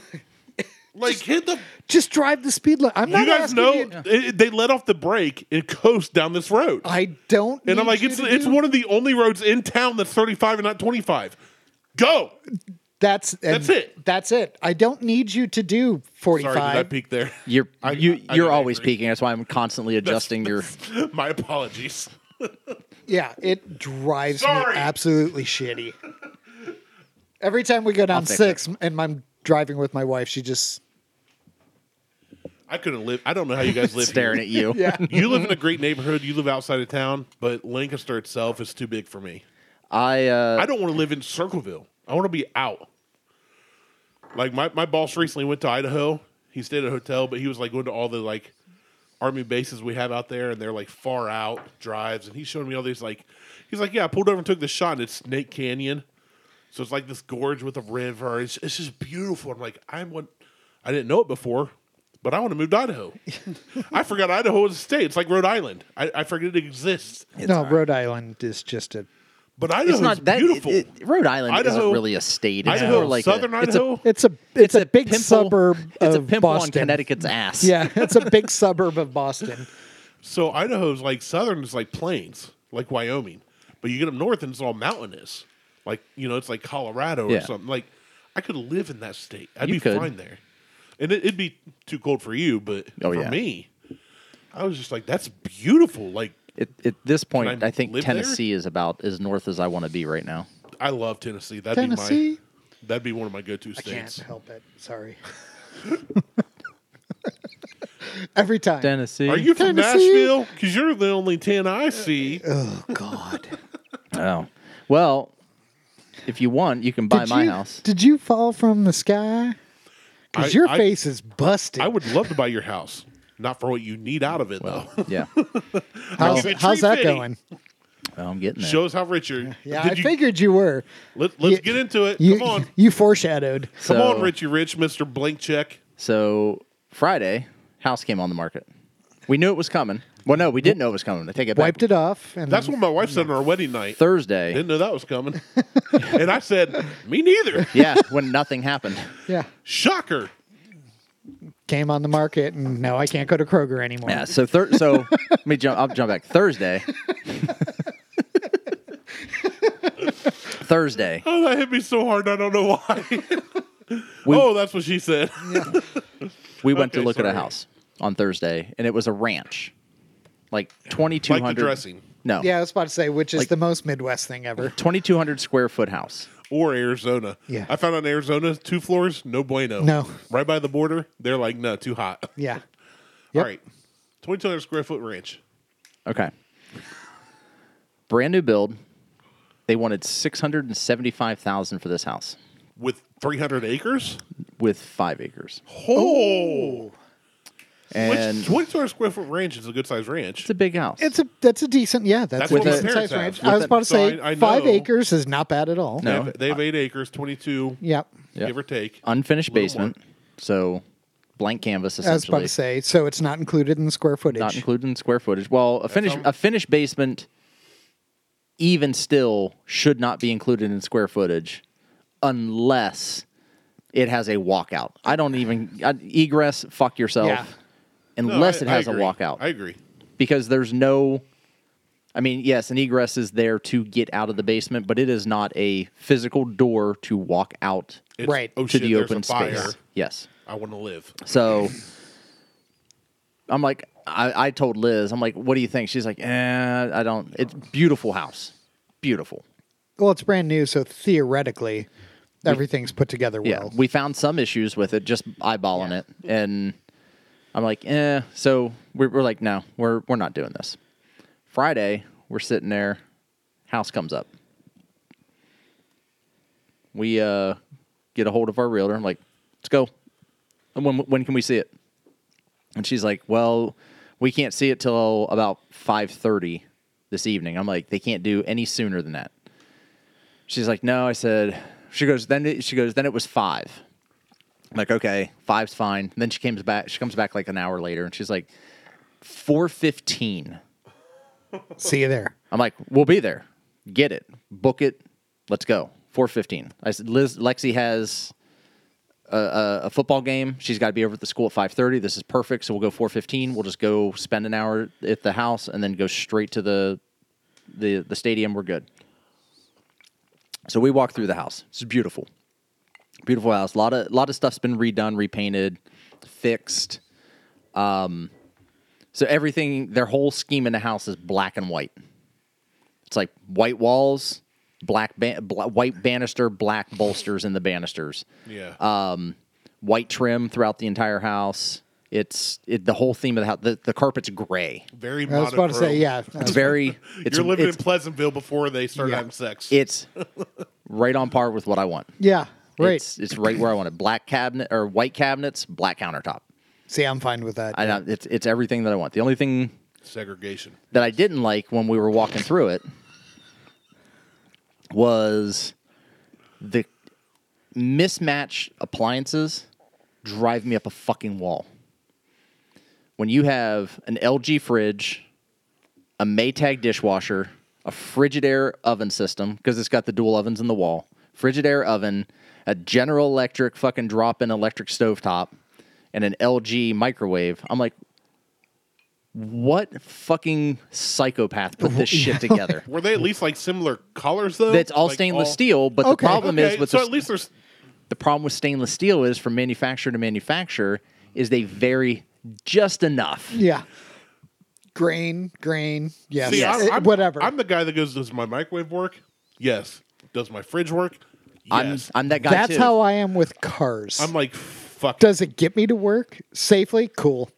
Speaker 2: like hit the.
Speaker 3: Just drive the speed limit. I'm
Speaker 2: You
Speaker 3: not
Speaker 2: guys
Speaker 3: asking
Speaker 2: know
Speaker 3: you-
Speaker 2: it- they let off the brake and coast down this road.
Speaker 3: I don't.
Speaker 2: And I'm
Speaker 3: need
Speaker 2: like,
Speaker 3: you
Speaker 2: it's
Speaker 3: to
Speaker 2: it's
Speaker 3: do-
Speaker 2: one of the only roads in town that's 35 and not 25. Go.
Speaker 3: That's and
Speaker 2: That's it.
Speaker 3: That's it. I don't need you to do
Speaker 2: Sorry, did I
Speaker 3: 45.
Speaker 2: peek there?
Speaker 1: You're
Speaker 2: I-
Speaker 1: you
Speaker 2: I
Speaker 1: you're
Speaker 2: got
Speaker 1: always
Speaker 2: angry.
Speaker 1: peaking. That's why I'm constantly adjusting your.
Speaker 2: My apologies.
Speaker 3: yeah, it drives
Speaker 2: Sorry.
Speaker 3: me absolutely shitty. Every time we go down
Speaker 1: fix
Speaker 3: six, and I'm driving with my wife, she just
Speaker 2: I couldn't live. I don't know how you guys live
Speaker 1: staring at you.
Speaker 3: yeah.
Speaker 2: here. You live in a great neighborhood. You live outside of town, but Lancaster itself is too big for me.
Speaker 1: I uh,
Speaker 2: I don't want to live in Circleville. I want to be out. Like my, my boss recently went to Idaho. He stayed at a hotel, but he was like going to all the like army bases we have out there, and they're like far out drives. And he showed me all these like he's like, yeah, I pulled over and took this shot, and it's Snake Canyon. So it's like this gorge with a river. It's, it's just beautiful. I'm like, I'm one. I didn't know it before, but I want to move to Idaho. I forgot Idaho was a state. It's like Rhode Island. I, I forget it exists.
Speaker 3: no. Rhode Island is just a.
Speaker 2: But Idaho
Speaker 1: it's not that
Speaker 2: beautiful.
Speaker 1: It, it- Rhode Island
Speaker 2: Idaho-
Speaker 1: isn't really a state. It's
Speaker 2: Idaho,
Speaker 1: more like
Speaker 2: southern
Speaker 1: a, It's a,
Speaker 2: Idaho.
Speaker 3: It's a. It's, a, big
Speaker 1: pimple-
Speaker 3: suburb.
Speaker 1: It's a
Speaker 3: of
Speaker 1: pimple on
Speaker 3: Boston.
Speaker 1: Connecticut's ass.
Speaker 3: Yeah, it's a big suburb of Boston.
Speaker 2: So Idaho's like southern is like plains, like Wyoming, but you get up north and it's all mountainous, like you know it's like Colorado or
Speaker 1: Yeah.
Speaker 2: something. Like I could live in that state, I'd
Speaker 1: You
Speaker 2: be
Speaker 1: could.
Speaker 2: fine there, and it, it'd be too cold for you, but
Speaker 1: Oh,
Speaker 2: for
Speaker 1: yeah.
Speaker 2: me, I was just like, that's beautiful. Like
Speaker 1: At, at this point,
Speaker 2: I
Speaker 1: I think
Speaker 2: live there?
Speaker 1: Tennessee is about as north as I want to be right now.
Speaker 2: I love Tennessee. That'd be
Speaker 3: Tennessee?
Speaker 2: my that'd be one of my go to
Speaker 3: Can't
Speaker 2: states.
Speaker 3: help it. Sorry. Every time.
Speaker 1: Tennessee.
Speaker 2: Are you from
Speaker 3: Tennessee? Uh,
Speaker 2: Nashville? Because you're the only ten I see.
Speaker 3: Oh God.
Speaker 1: Oh. Well, if you want, you can buy
Speaker 3: did
Speaker 1: my
Speaker 3: you,
Speaker 1: house.
Speaker 3: Did you fall from the sky?
Speaker 2: I-
Speaker 3: Because your
Speaker 2: I-
Speaker 3: face is busted.
Speaker 2: I would love to buy your house, not for what you need out of it though.
Speaker 1: yeah.
Speaker 3: how's
Speaker 2: give you a
Speaker 3: how's
Speaker 2: tree
Speaker 3: that
Speaker 2: fitting.
Speaker 3: going?
Speaker 1: Well, I'm getting there.
Speaker 2: Shows how rich you're.
Speaker 3: Yeah,
Speaker 2: Did
Speaker 3: I
Speaker 2: you-
Speaker 3: figured you were.
Speaker 2: Let, let's
Speaker 3: You-
Speaker 2: get into it.
Speaker 3: You,
Speaker 2: Come on.
Speaker 3: you foreshadowed.
Speaker 2: Come
Speaker 1: So-
Speaker 2: on, Richie Rich, Mr. Blank Check.
Speaker 1: So Friday, house came on the market. We knew it was coming. Well, no, we didn't know it was coming. I take it back.
Speaker 3: Wiped it off, and
Speaker 2: That's
Speaker 3: then-
Speaker 2: what my wife said on our wedding night.
Speaker 1: Thursday.
Speaker 2: Didn't know that was coming. and I said, Me neither.
Speaker 1: yeah, when nothing happened.
Speaker 3: yeah
Speaker 2: Shocker.
Speaker 3: came on the market, and now I can't go to Kroger anymore.
Speaker 1: Yeah. So thir- so let me jump. I'll jump back. Thursday. Thursday.
Speaker 2: Oh, that hit me so hard. I don't know why. oh, that's what she said.
Speaker 1: We went
Speaker 2: Okay,
Speaker 1: to look at
Speaker 2: sorry.
Speaker 1: a house on Thursday, and it was a ranch, like twenty two
Speaker 2: like the
Speaker 1: hundred.
Speaker 2: dressing
Speaker 1: No.
Speaker 3: Yeah, I was about to say, which is
Speaker 1: Like-
Speaker 3: the most Midwest thing ever.
Speaker 1: Twenty two hundred square foot house.
Speaker 2: or Arizona.
Speaker 3: Yeah.
Speaker 2: I found out in Arizona, two floors, no bueno.
Speaker 3: No.
Speaker 2: Right by the border, they're like, No, too hot.
Speaker 3: Yeah.
Speaker 2: All
Speaker 3: Yep.
Speaker 2: right. 2,200 square foot ranch.
Speaker 1: Okay. Brand new build. They wanted six hundred and seventy five thousand for this house
Speaker 2: With 300 acres?
Speaker 1: with five acres,
Speaker 2: Oh,
Speaker 1: and
Speaker 2: which 2,200 square foot ranch is a good sized ranch.
Speaker 1: it's a big house.
Speaker 3: It's a that's a decent yeah
Speaker 2: That's
Speaker 3: that's,
Speaker 2: what
Speaker 3: a
Speaker 1: my
Speaker 3: decent
Speaker 2: parents
Speaker 3: size ranch.
Speaker 2: have.
Speaker 3: I was about to
Speaker 2: So I-
Speaker 3: say
Speaker 2: I
Speaker 3: five
Speaker 2: know-
Speaker 3: acres is not bad at all.
Speaker 2: They
Speaker 1: No.
Speaker 2: have, they have eight acres, 22,
Speaker 3: Yep.
Speaker 1: Yeah. Um,
Speaker 2: give or take.
Speaker 1: unfinished
Speaker 2: Little
Speaker 1: basement,
Speaker 2: more.
Speaker 1: so blank canvas
Speaker 3: I was about
Speaker 1: essentially,
Speaker 3: to say, so it's not included in the square footage.
Speaker 1: not included in square footage. Well, a finished
Speaker 2: how-
Speaker 1: a finished basement, even still, should not be included in square footage, unless it has a walkout. I don't even I, egress. Fuck yourself.
Speaker 3: Yeah.
Speaker 2: No,
Speaker 1: Unless
Speaker 2: I-
Speaker 1: it
Speaker 2: I
Speaker 1: has a
Speaker 2: agree.
Speaker 1: walkout.
Speaker 2: I agree.
Speaker 1: because there's no I mean, yes, an egress is there to get out of the basement, but it is not a physical door to walk out
Speaker 2: It's,
Speaker 3: Right.
Speaker 2: Oh,
Speaker 1: to
Speaker 2: shit,
Speaker 1: the
Speaker 2: there's
Speaker 1: open
Speaker 2: a fire.
Speaker 1: space. Yes.
Speaker 2: I want to live.
Speaker 1: So I'm like I, I told Liz, I'm like, what do you think? She's like, eh, I don't it's beautiful house. Beautiful.
Speaker 3: Well, it's brand new, so theoretically, everything's put together
Speaker 1: Yeah.
Speaker 3: well.
Speaker 1: We found some issues with it, just eyeballing it. And I'm like, eh. So we're, we're like, no, we're we're not doing this. Friday, we're sitting there, house comes up. We uh get a hold of our realtor. I'm like, let's go. And when when can we see it? And she's like, well, we can't see it till about five thirty this evening. I'm like, they can't do any sooner than that. She's like, no. I said, she goes. Then it, she goes. Then it was five. I'm like, okay, five's fine. And then she comes back. She comes back like an hour later, and she's like, four fifteen.
Speaker 3: See you there.
Speaker 1: I'm like, we'll be there. Get it. Book it. Let's go. 4:15. I said, Liz, Lexi has a, a, a football game. She's got to be over at the school at 5:30. This is perfect. So we'll go 4:15. We'll just go spend an hour at the house and then go straight to the the the stadium. We're good. So we walk through the house. It's beautiful, beautiful house. A lot of lot of stuff's been redone, repainted, fixed. Um, So everything, their whole scheme in the house is black and white. It's like white walls, black, ba- bla- white banister, black bolsters in the banisters,
Speaker 2: Yeah.
Speaker 1: Uh, white trim throughout the entire house. It's it, the whole theme of the house. The, the carpet's gray.
Speaker 2: Very
Speaker 3: I was about to say,
Speaker 2: monochrome.
Speaker 3: yeah.
Speaker 1: It's very. It's,
Speaker 2: You're living
Speaker 1: it's,
Speaker 2: in Pleasantville before they started
Speaker 3: Yeah.
Speaker 2: having sex.
Speaker 1: it's right on par with what I want.
Speaker 3: Yeah. Right.
Speaker 1: It's, it's right where I want it. Black cabinet or white cabinets, black countertop.
Speaker 3: See, I'm fine with that.
Speaker 1: I, know, it's it's everything that I want. The only thing
Speaker 2: Segregation.
Speaker 1: that I didn't like when we were walking through it was the mismatched appliances drive me up a fucking wall. When you have an LG fridge, a Maytag dishwasher, a Frigidaire oven system because it's got the dual ovens in the wall, Frigidaire oven, a General Electric fucking drop-in electric stovetop, and an LG microwave. I'm like, what fucking psychopath put this shit together?
Speaker 2: Were they at least like similar colors though?
Speaker 1: That's all
Speaker 2: Like,
Speaker 1: stainless
Speaker 2: all-
Speaker 1: steel, but
Speaker 3: Okay.
Speaker 1: the problem
Speaker 2: Okay,
Speaker 1: is with
Speaker 2: so
Speaker 1: the,
Speaker 2: at least there's
Speaker 1: the problem with stainless steel is from manufacturer to manufacturer is they vary just enough.
Speaker 3: yeah. Grain, grain. Yes.
Speaker 2: See,
Speaker 3: It-
Speaker 2: I'm, I'm-
Speaker 3: whatever.
Speaker 2: I'm the guy that goes, does my microwave work? Yes. Does my fridge work?
Speaker 1: I'm
Speaker 2: Yes. I'm,
Speaker 1: I'm that guy
Speaker 3: That's
Speaker 1: too.
Speaker 3: how I am with cars.
Speaker 2: like, fuck.
Speaker 3: Does it get me to work safely? Cool.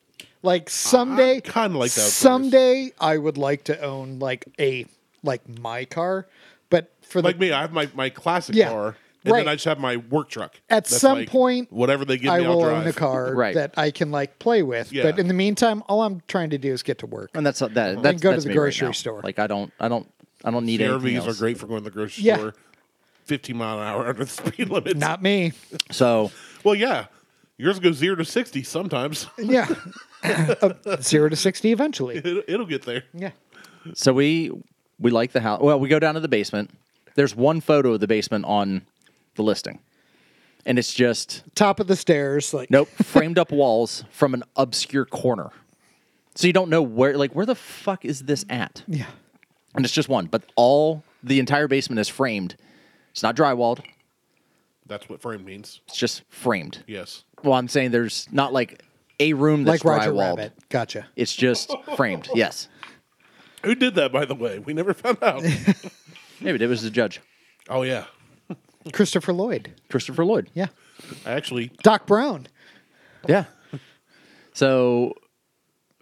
Speaker 3: Like someday,
Speaker 2: kinda like that with
Speaker 3: Someday, I would like to own like a like my car, but for the
Speaker 2: like me, I have my, my classic
Speaker 3: Yeah,
Speaker 2: car, and
Speaker 3: right.
Speaker 2: then I just have my work truck.
Speaker 3: At some
Speaker 2: like,
Speaker 3: point,
Speaker 2: whatever they give
Speaker 3: I
Speaker 2: me, I'll
Speaker 3: will
Speaker 2: drive.
Speaker 3: own a car
Speaker 1: Right.
Speaker 3: that I can like play with.
Speaker 2: Yeah.
Speaker 3: But in the meantime, all I'm trying to do is get to work.
Speaker 1: and that's that. That's,
Speaker 3: go to
Speaker 1: that's
Speaker 3: the
Speaker 1: me right
Speaker 3: grocery
Speaker 1: now.
Speaker 3: store.
Speaker 1: Like I don't I don't I don't need anything
Speaker 2: CRVs are
Speaker 1: else.
Speaker 2: great for going to the grocery
Speaker 3: Yeah.
Speaker 2: store 15 mile an hour under the speed limit.
Speaker 3: Not me.
Speaker 1: So
Speaker 2: well, yeah. Yours goes zero to 60 sometimes.
Speaker 3: Yeah. Uh, zero to sixty eventually.
Speaker 2: It, it'll get there.
Speaker 3: Yeah.
Speaker 1: so we we like the house. Well, we go down to the basement. There's one photo of the basement on the listing, and it's just
Speaker 3: Top of the stairs, like
Speaker 1: Nope, framed up walls from an obscure corner. So you don't know where, like, where the fuck is this at?
Speaker 3: Yeah.
Speaker 1: And it's just one, but all the entire basement is framed. It's not drywalled,
Speaker 2: That's what frame means.
Speaker 1: it's just framed.
Speaker 2: Yes.
Speaker 1: Well, I'm saying there's not like a room that's
Speaker 3: Like Roger
Speaker 1: drywalled.
Speaker 3: Rabbit. Gotcha.
Speaker 1: It's just framed. Yes.
Speaker 2: Who did that, by the way? We never found out.
Speaker 1: Maybe it was the judge,
Speaker 2: oh, yeah.
Speaker 3: Christopher Lloyd.
Speaker 1: Christopher Lloyd.
Speaker 3: Yeah.
Speaker 2: I actually,
Speaker 3: Doc Brown.
Speaker 1: Yeah. So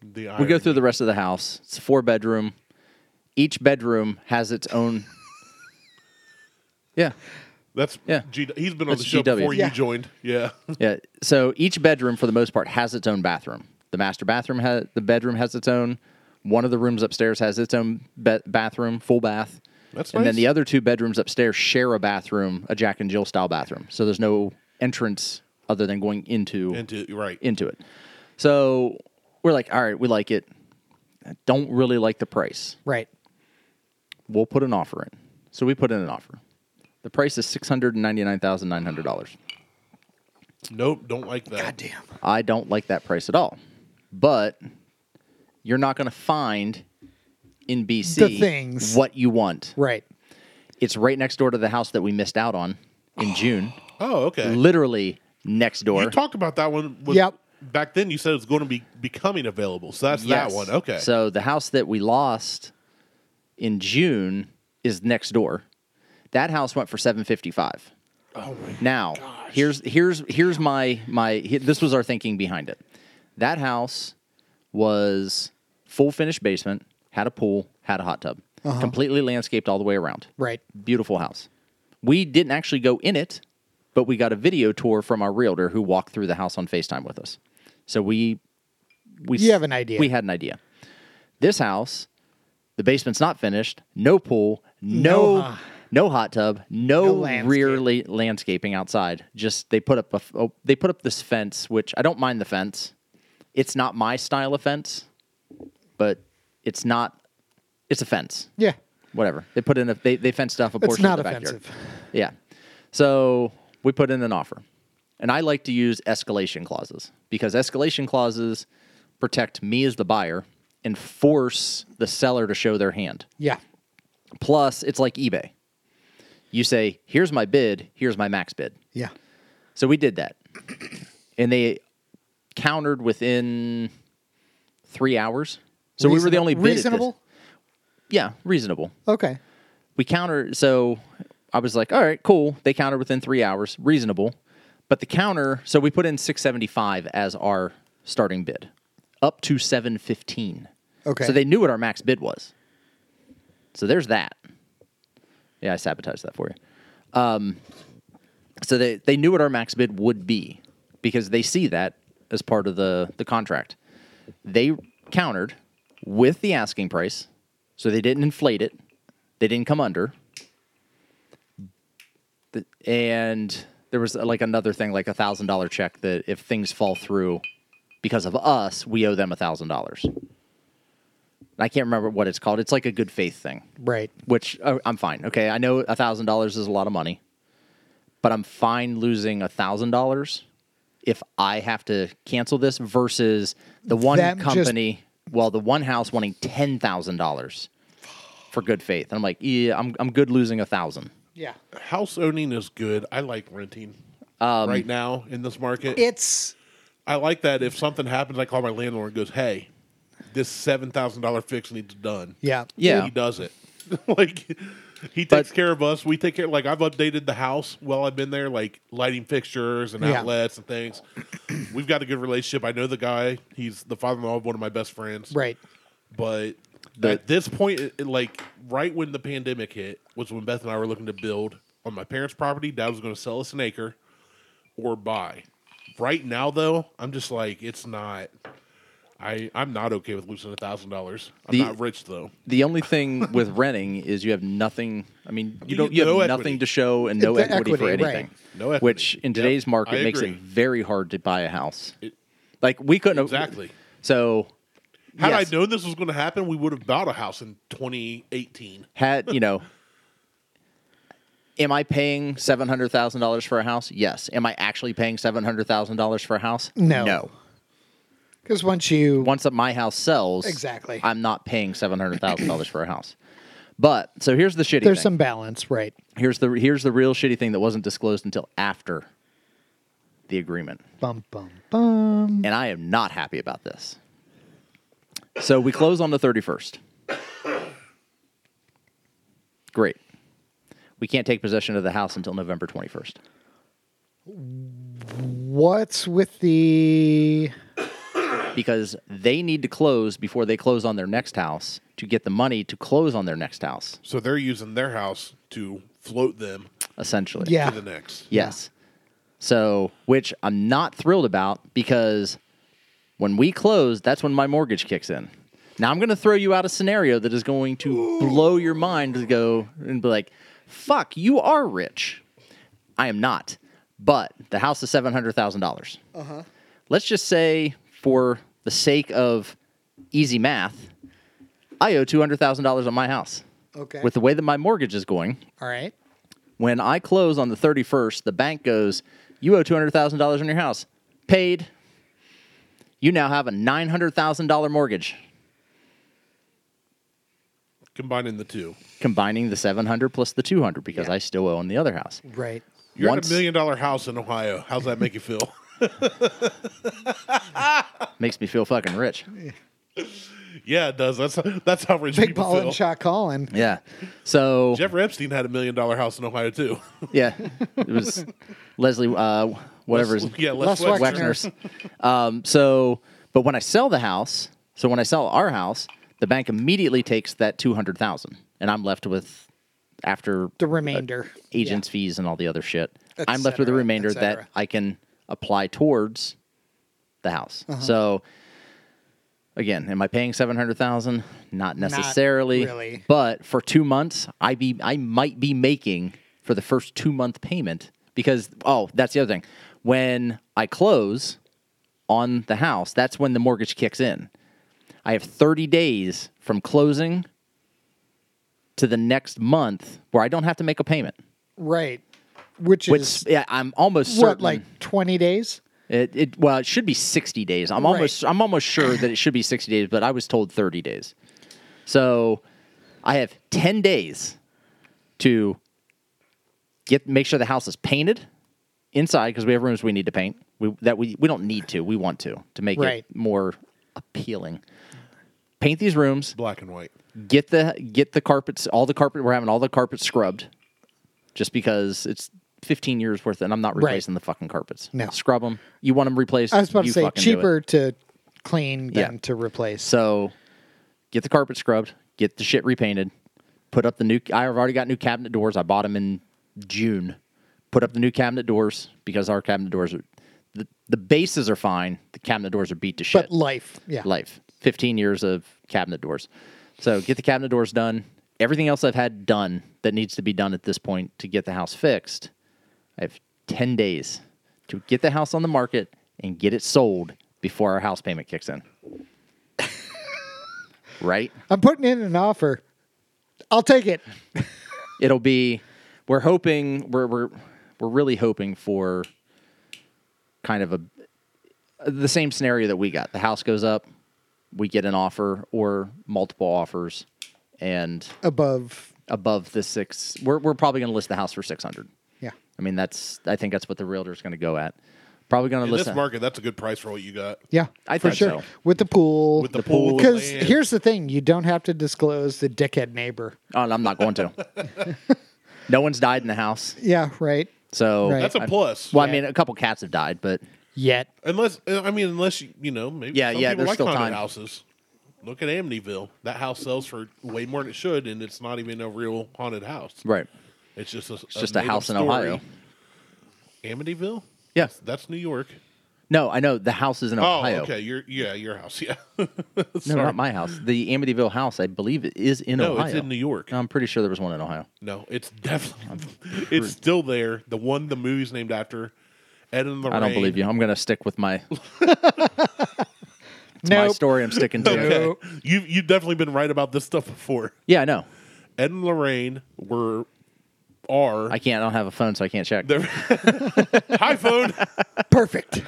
Speaker 2: the
Speaker 1: we go through the rest of the house. It's a four bedroom. Each bedroom has its own. Yeah.
Speaker 2: That's
Speaker 1: Yeah.
Speaker 2: G, he's been on
Speaker 1: That's
Speaker 2: the show
Speaker 1: GW.
Speaker 2: before
Speaker 3: Yeah.
Speaker 2: you joined. Yeah.
Speaker 1: Yeah. So each bedroom, for the most part, has its own bathroom. The master bathroom has the bedroom has its own. One of the rooms upstairs has its own be- bathroom, full bath.
Speaker 2: That's
Speaker 1: and then
Speaker 2: nice.
Speaker 1: the other two bedrooms upstairs share a bathroom, a Jack and Jill style bathroom. So there's no entrance other than going into
Speaker 2: Into uh, right.
Speaker 1: into it. So we're like, all right, we like it. I don't really like the price.
Speaker 3: Right.
Speaker 1: We'll put an offer in. So we put in an offer. The price is six hundred and ninety nine thousand nine hundred dollars.
Speaker 2: nope, don't like that.
Speaker 3: God damn.
Speaker 1: I don't like that price at all. But you're not going to find in BC
Speaker 3: The things.
Speaker 1: what you want.
Speaker 3: Right.
Speaker 1: It's right next door to the house that we missed out on in June.
Speaker 2: Oh, okay.
Speaker 1: Literally next door.
Speaker 2: You talked about that one. Was,
Speaker 3: Yep.
Speaker 2: Back then, you said it's going to be becoming available. So that's
Speaker 1: Yes.
Speaker 2: that one. Okay.
Speaker 1: So the house that we lost in June is next door. That house went for 755.
Speaker 2: oh my
Speaker 1: Now, here's here's here's my my he- this was our thinking behind it. That house was full finished basement, had a pool, had a hot tub,
Speaker 2: Uh-huh.
Speaker 1: completely landscaped all the way around.
Speaker 3: Right.
Speaker 1: Beautiful house. We didn't actually go in it. but we got a video tour from our realtor who walked through the house on FaceTime with us. So we we
Speaker 3: You have an idea.
Speaker 1: We had an idea. This house, the basement's not finished, no pool, no
Speaker 3: No,
Speaker 1: no,
Speaker 3: huh.
Speaker 1: hot tub, no,
Speaker 3: No
Speaker 1: rear
Speaker 3: landscape.
Speaker 1: la- landscaping outside. Just they put up a f- oh, they put up this fence which I don't mind the fence. It's not my style of fence, but it's not it's a fence
Speaker 3: Yeah.
Speaker 1: whatever. They put in a they, they fenced off a
Speaker 3: It's
Speaker 1: portion
Speaker 3: not
Speaker 1: of the backyard.
Speaker 3: offensive.
Speaker 1: Yeah. So we put in an offer. And I like to use escalation clauses because escalation clauses protect me as the buyer and force the seller to show their hand.
Speaker 3: Yeah.
Speaker 1: Plus, it's like eBay. You say, "Here's my bid, here's my max bid."
Speaker 3: Yeah.
Speaker 1: So we did that. And they countered within 3 hours. So we were the
Speaker 3: Reasona-
Speaker 1: only bid at this-
Speaker 3: reasonable.
Speaker 1: Yeah, reasonable
Speaker 3: Okay.
Speaker 1: we counter so i was like all right cool they countered within three hours reasonable but the counter so we put in 675 as our starting bid up to 715
Speaker 3: Okay.
Speaker 1: so they knew what our max bid was so there's that yeah i sabotaged that for you um, so they, they knew what our max bid would be because they see that as part of the, the contract they countered with the asking price, so they didn't inflate it. They didn't come under. The- And there was uh, like another thing, like a thousand dollar check that if things fall through because of us, we owe them a thousand dollars. I can't remember what it's called. It's like a good faith thing,
Speaker 3: Right.
Speaker 1: which uh, I'm fine. Okay, I know a thousand dollars is a lot of money, but I'm fine losing a thousand dollars if I have to cancel this versus the one
Speaker 3: Them just-
Speaker 1: company, well, the one house wanting ten thousand dollars for good faith. And I'm like, yeah, I'm I'm good losing a thousand.
Speaker 3: Yeah.
Speaker 2: House owning is good. I like renting right now in this market.
Speaker 3: It's
Speaker 2: I like that if something happens, I call my landlord and goes, hey, this $7,000 fix needs done.
Speaker 3: yeah.
Speaker 1: Yeah.
Speaker 2: He does it. like, he takes care of us. We take care. Like, I've updated the house while I've been there, like lighting fixtures and
Speaker 3: Yeah.
Speaker 2: outlets and things. We've got a good relationship. I know the guy. He's the father in law of one of my best friends.
Speaker 3: Right.
Speaker 2: But
Speaker 1: The-
Speaker 2: at this point, it- it, like right when the pandemic hit, was when Beth and I were looking to build on my parents' property. Dad was going to sell us an acre or buy. Right now, though, I'm just like it's not. I I'm not okay with losing a thousand dollars. I'm
Speaker 1: The-
Speaker 2: not rich though.
Speaker 1: The only thing with renting is you have nothing. I mean, you,
Speaker 2: You
Speaker 1: don't
Speaker 2: get
Speaker 1: you have
Speaker 2: no
Speaker 1: nothing
Speaker 2: equity.
Speaker 1: to show and no
Speaker 3: The
Speaker 1: equity, for
Speaker 3: equity,
Speaker 1: anything.
Speaker 3: right.
Speaker 2: No equity.
Speaker 1: Which in
Speaker 2: Yep,
Speaker 1: today's market
Speaker 2: I
Speaker 1: makes it
Speaker 2: agree.
Speaker 1: very hard to buy a house. like we couldn't have-
Speaker 2: Exactly.
Speaker 1: So
Speaker 2: Had
Speaker 1: yes.
Speaker 2: I known this was going to happen, we would have bought a house in 2018.
Speaker 1: had you know am i paying $700000 for a house yes am i actually paying $700000 for a house
Speaker 3: No.
Speaker 1: no
Speaker 3: Because once you
Speaker 1: once my house sells
Speaker 3: Exactly.
Speaker 1: i'm not paying $700000 for a house but so here's the shitty
Speaker 3: there's
Speaker 1: thing.
Speaker 3: some balance, right?
Speaker 1: here's the here's the real shitty thing that wasn't disclosed until after the agreement
Speaker 3: Bum bum bum.
Speaker 1: and I am not happy about this. So we close on the 31st. Great. We can't take possession of the house until November 21st.
Speaker 3: What's with the
Speaker 1: because they need to close before they close on their next house to get the money to close on their next house,
Speaker 2: So they're using their house to float them
Speaker 1: essentially.
Speaker 3: Yeah.
Speaker 2: to the next.
Speaker 1: Yes. So, which I'm not thrilled about because when we close, that's when my mortgage kicks in. Now I'm going to throw you out a scenario that is going to blow your mind to go and be like, "Fuck, you are rich." I am not, but the house is seven hundred thousand dollars. Let's just say, for the sake of easy math, I owe two hundred thousand dollars on my house.
Speaker 3: Okay.
Speaker 1: With the way that my mortgage is going,
Speaker 3: All right.
Speaker 1: when I close on the 31st, the bank goes, You owe $200,000 on your house. Paid. You now have a $900,000 mortgage,
Speaker 2: Combining the two,
Speaker 1: combining the 700 plus the 200 because I still owe on the other house.
Speaker 3: Right.
Speaker 2: you're
Speaker 1: Once-
Speaker 2: at a million dollar house in Ohio. How's that make you feel?
Speaker 1: Makes me feel fucking rich.
Speaker 2: yeah, it does. That's that's how rich
Speaker 3: Big
Speaker 2: people
Speaker 3: ball
Speaker 2: feel.
Speaker 3: and shot calling.
Speaker 1: Yeah. So,
Speaker 2: Jeffrey Epstein had a million dollar house in Ohio too.
Speaker 1: yeah, it was Leslie, uh, whatever his
Speaker 2: yeah, Les,
Speaker 3: Les
Speaker 2: Wexner.
Speaker 3: Wexner.
Speaker 1: Wexner's. um, so, but when I sell the house, so when I sell our house, the bank immediately takes that 200,000 and I'm left with after
Speaker 3: The remainder.
Speaker 1: Uh, agents fees and all the other shit
Speaker 3: et
Speaker 1: I'm left with a
Speaker 3: cetera, et
Speaker 1: remainder that
Speaker 3: cetera.
Speaker 1: I can apply towards the house.
Speaker 3: Uh-huh.
Speaker 1: So again, am I paying seven hundred thousand? Not necessarily.
Speaker 3: really.
Speaker 1: But for two months, I be I might be making for the first two month payment because oh, that's the other thing. When I close on the house, that's when the mortgage kicks in. I have 30 days from closing to the next month where I don't have to make a payment.
Speaker 3: right, which,
Speaker 1: Which
Speaker 3: is
Speaker 1: yeah, I'm almost
Speaker 3: what
Speaker 1: certain.
Speaker 3: like twenty days.
Speaker 1: it, it well, it should be 60 days. I'm almost I'm almost sure that it should be 60 days, but I was told 30 days. So I have 10 days to get make sure the house is painted inside because we have rooms we need to paint. We that we we don't need to. We want to to make
Speaker 3: Right.
Speaker 1: it more appealing. Paint these rooms
Speaker 2: Black and white.
Speaker 1: get the get the carpets all the carpet we're having all the carpets scrubbed just because it's 15 years worth and i'm not
Speaker 3: Right.
Speaker 1: replacing the fucking carpets
Speaker 3: No.
Speaker 1: scrub them you want them replaced
Speaker 3: I was about
Speaker 1: you
Speaker 3: to say
Speaker 1: fucking do it.
Speaker 3: cheaper to clean
Speaker 1: Yeah.
Speaker 3: than to replace.
Speaker 1: so get the carpet scrubbed get the shit repainted put up the new i've already got new cabinet doors i bought them in june put up the new cabinet doors because our cabinet doors are the, the bases are fine the cabinet doors are beat to shit
Speaker 3: but life, yeah,
Speaker 1: life. 15 years of cabinet doors. So get the cabinet doors done. Everything else I've had done that needs to be done at this point to get the house fixed. I have 10 days to get the house on the market and get it sold before our house payment kicks in. right?
Speaker 3: I'm putting in an offer. I'll take it.
Speaker 1: It'll be we're hoping we're we're we're really hoping for kind of a the same scenario that we got. The house goes up, we get an offer or multiple offers, and
Speaker 3: Above,
Speaker 1: above the six, we're we're probably going to list the house for six hundred.
Speaker 3: yeah,
Speaker 1: I mean, that's I think that's what the realtor's going to go at. Probably going
Speaker 2: In
Speaker 1: to list
Speaker 2: this
Speaker 1: a-
Speaker 2: market, that's a good price for what you got.
Speaker 3: yeah,
Speaker 1: I
Speaker 3: for
Speaker 1: think
Speaker 3: sure.
Speaker 1: so.
Speaker 3: With the pool,
Speaker 2: With the pool,
Speaker 3: Because
Speaker 2: the land.
Speaker 3: here's the thing: you don't have to disclose the dickhead neighbor.
Speaker 1: Oh, and I'm not going to. no one's died in the house,
Speaker 3: Yeah, right.
Speaker 1: so
Speaker 3: Right.
Speaker 2: That's a
Speaker 1: I-
Speaker 2: plus.
Speaker 1: Well, I mean, a couple cats have died, but
Speaker 3: Yet,
Speaker 2: Unless uh, I mean, unless you you know, maybe
Speaker 1: Yeah,
Speaker 2: some
Speaker 1: yeah,
Speaker 2: people
Speaker 1: there's
Speaker 2: like
Speaker 1: still
Speaker 2: haunted
Speaker 1: time.
Speaker 2: houses. Look at Amityville. That house sells for way more than it should, and it's not even a real haunted house.
Speaker 1: right.
Speaker 2: It's just a,
Speaker 1: It's just a
Speaker 2: made-up
Speaker 1: house in
Speaker 2: story.
Speaker 1: Ohio.
Speaker 2: Amityville.
Speaker 1: Yeah.
Speaker 2: that's New York.
Speaker 1: No, I know the house is in
Speaker 2: Oh,
Speaker 1: Ohio.
Speaker 2: okay. Your yeah, your house. Yeah,
Speaker 1: No, not my house. The Amityville house, I believe, it is in
Speaker 2: no,
Speaker 1: Ohio.
Speaker 2: it's in New York.
Speaker 1: I'm pretty sure there was one in Ohio.
Speaker 2: No, it's definitely it's still there. The one the movie's named after. Ed and the
Speaker 1: I don't believe you. I'm going to stick with my my
Speaker 3: no,
Speaker 1: story. I'm sticking to.
Speaker 3: Nope.
Speaker 2: You've you've definitely been right about this stuff before.
Speaker 1: Yeah, I know.
Speaker 2: Ed and Lorraine were are
Speaker 1: I can't. I don't have a phone, so I can't check.
Speaker 2: They're- Hi, phone.
Speaker 3: perfect.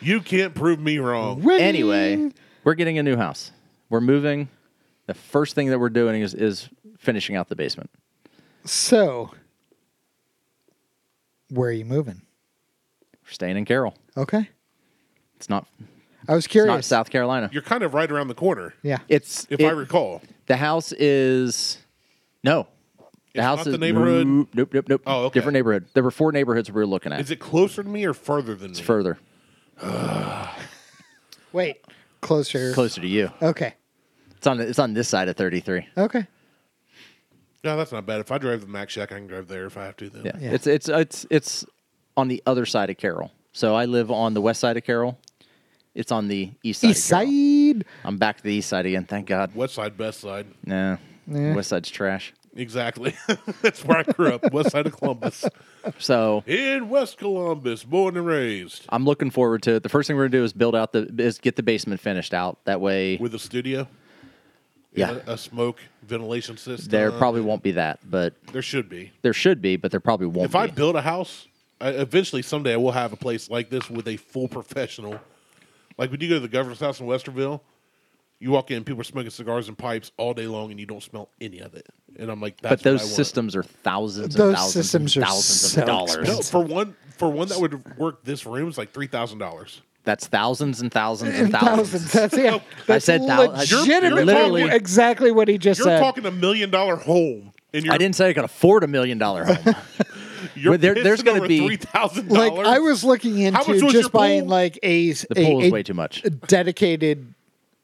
Speaker 2: You can't prove me wrong.
Speaker 3: Winning.
Speaker 1: Anyway, we're getting a new house. We're moving. The first thing that we're doing is is finishing out the basement.
Speaker 3: so where are you moving?
Speaker 1: We're staying in Carroll.
Speaker 3: Okay,
Speaker 1: It's not
Speaker 3: I was
Speaker 1: it's not
Speaker 3: curious.
Speaker 1: South Carolina.
Speaker 2: You're kind of right around the corner,
Speaker 3: yeah,
Speaker 1: It's
Speaker 2: if
Speaker 1: it-
Speaker 2: I recall.
Speaker 1: the house is no. The
Speaker 2: It's
Speaker 1: house
Speaker 2: not
Speaker 1: is
Speaker 2: the neighborhood?
Speaker 1: Nope, nope, nope. nope.
Speaker 2: Oh, okay.
Speaker 1: Different neighborhood. There were four neighborhoods we were looking at.
Speaker 2: Is it closer to me or further than me?
Speaker 1: further,
Speaker 3: wait, closer.
Speaker 1: closer to you.
Speaker 3: Okay,
Speaker 1: It's on it's on this side of 33.
Speaker 3: okay.
Speaker 2: No, that's not bad. If I drive the Mac Shack, I can drive there if I have to. Then
Speaker 1: Yeah.
Speaker 3: Yeah.
Speaker 1: It's it's it's it's on the other side of Carroll. So I live on the west side of Carroll. It's on the east side.
Speaker 3: East
Speaker 1: of Carroll.
Speaker 3: side.
Speaker 1: I'm back to the east side again. Thank God.
Speaker 2: West Side, Best Side,
Speaker 1: Nah.
Speaker 3: Nah.
Speaker 1: West side's trash.
Speaker 2: exactly. that's where I grew up. West Side of Columbus,
Speaker 1: So
Speaker 2: in West Columbus, born and raised,
Speaker 1: I'm looking forward to it. The first thing we're gonna do is build out the is get the basement finished out. That way
Speaker 2: with uh, a studio.
Speaker 1: Yeah.
Speaker 2: And A, a smoke ventilation system.
Speaker 1: there probably won't be that, but
Speaker 2: there should be.
Speaker 1: there should be, but there probably won't
Speaker 2: If
Speaker 1: be.
Speaker 2: I build a house, I, eventually someday I will have a place like this with a full professional. Like when you go to the governor's house in Westerville, you walk in, people are smoking cigars and pipes all day long, and you don't smell any of it. And I'm like, that's
Speaker 1: but those
Speaker 2: what I want.
Speaker 1: systems are thousands and
Speaker 3: Those
Speaker 1: thousands
Speaker 3: systems are
Speaker 1: and thousands
Speaker 3: so
Speaker 1: of dollars.
Speaker 2: No, for one, for one that would work this room is like three thousand dollars.
Speaker 1: That's thousands and thousands and,
Speaker 3: Thousands. That's yeah. That's
Speaker 1: said thou- I- You're-
Speaker 3: legitimately
Speaker 2: you're talking-
Speaker 3: exactly what he just
Speaker 2: You're
Speaker 3: said.
Speaker 2: talking a million dollar home, and you're
Speaker 1: I didn't say I could afford a million dollar home.
Speaker 2: you're
Speaker 1: Well, there- there's gonna
Speaker 2: going to
Speaker 1: be-
Speaker 2: three thousand
Speaker 3: like
Speaker 2: dollars.
Speaker 3: I was looking
Speaker 2: much was
Speaker 3: into
Speaker 2: your
Speaker 3: just buying
Speaker 2: pool?
Speaker 3: like a
Speaker 1: The
Speaker 3: a-
Speaker 1: pool is
Speaker 3: a
Speaker 1: way too much.
Speaker 3: dedicated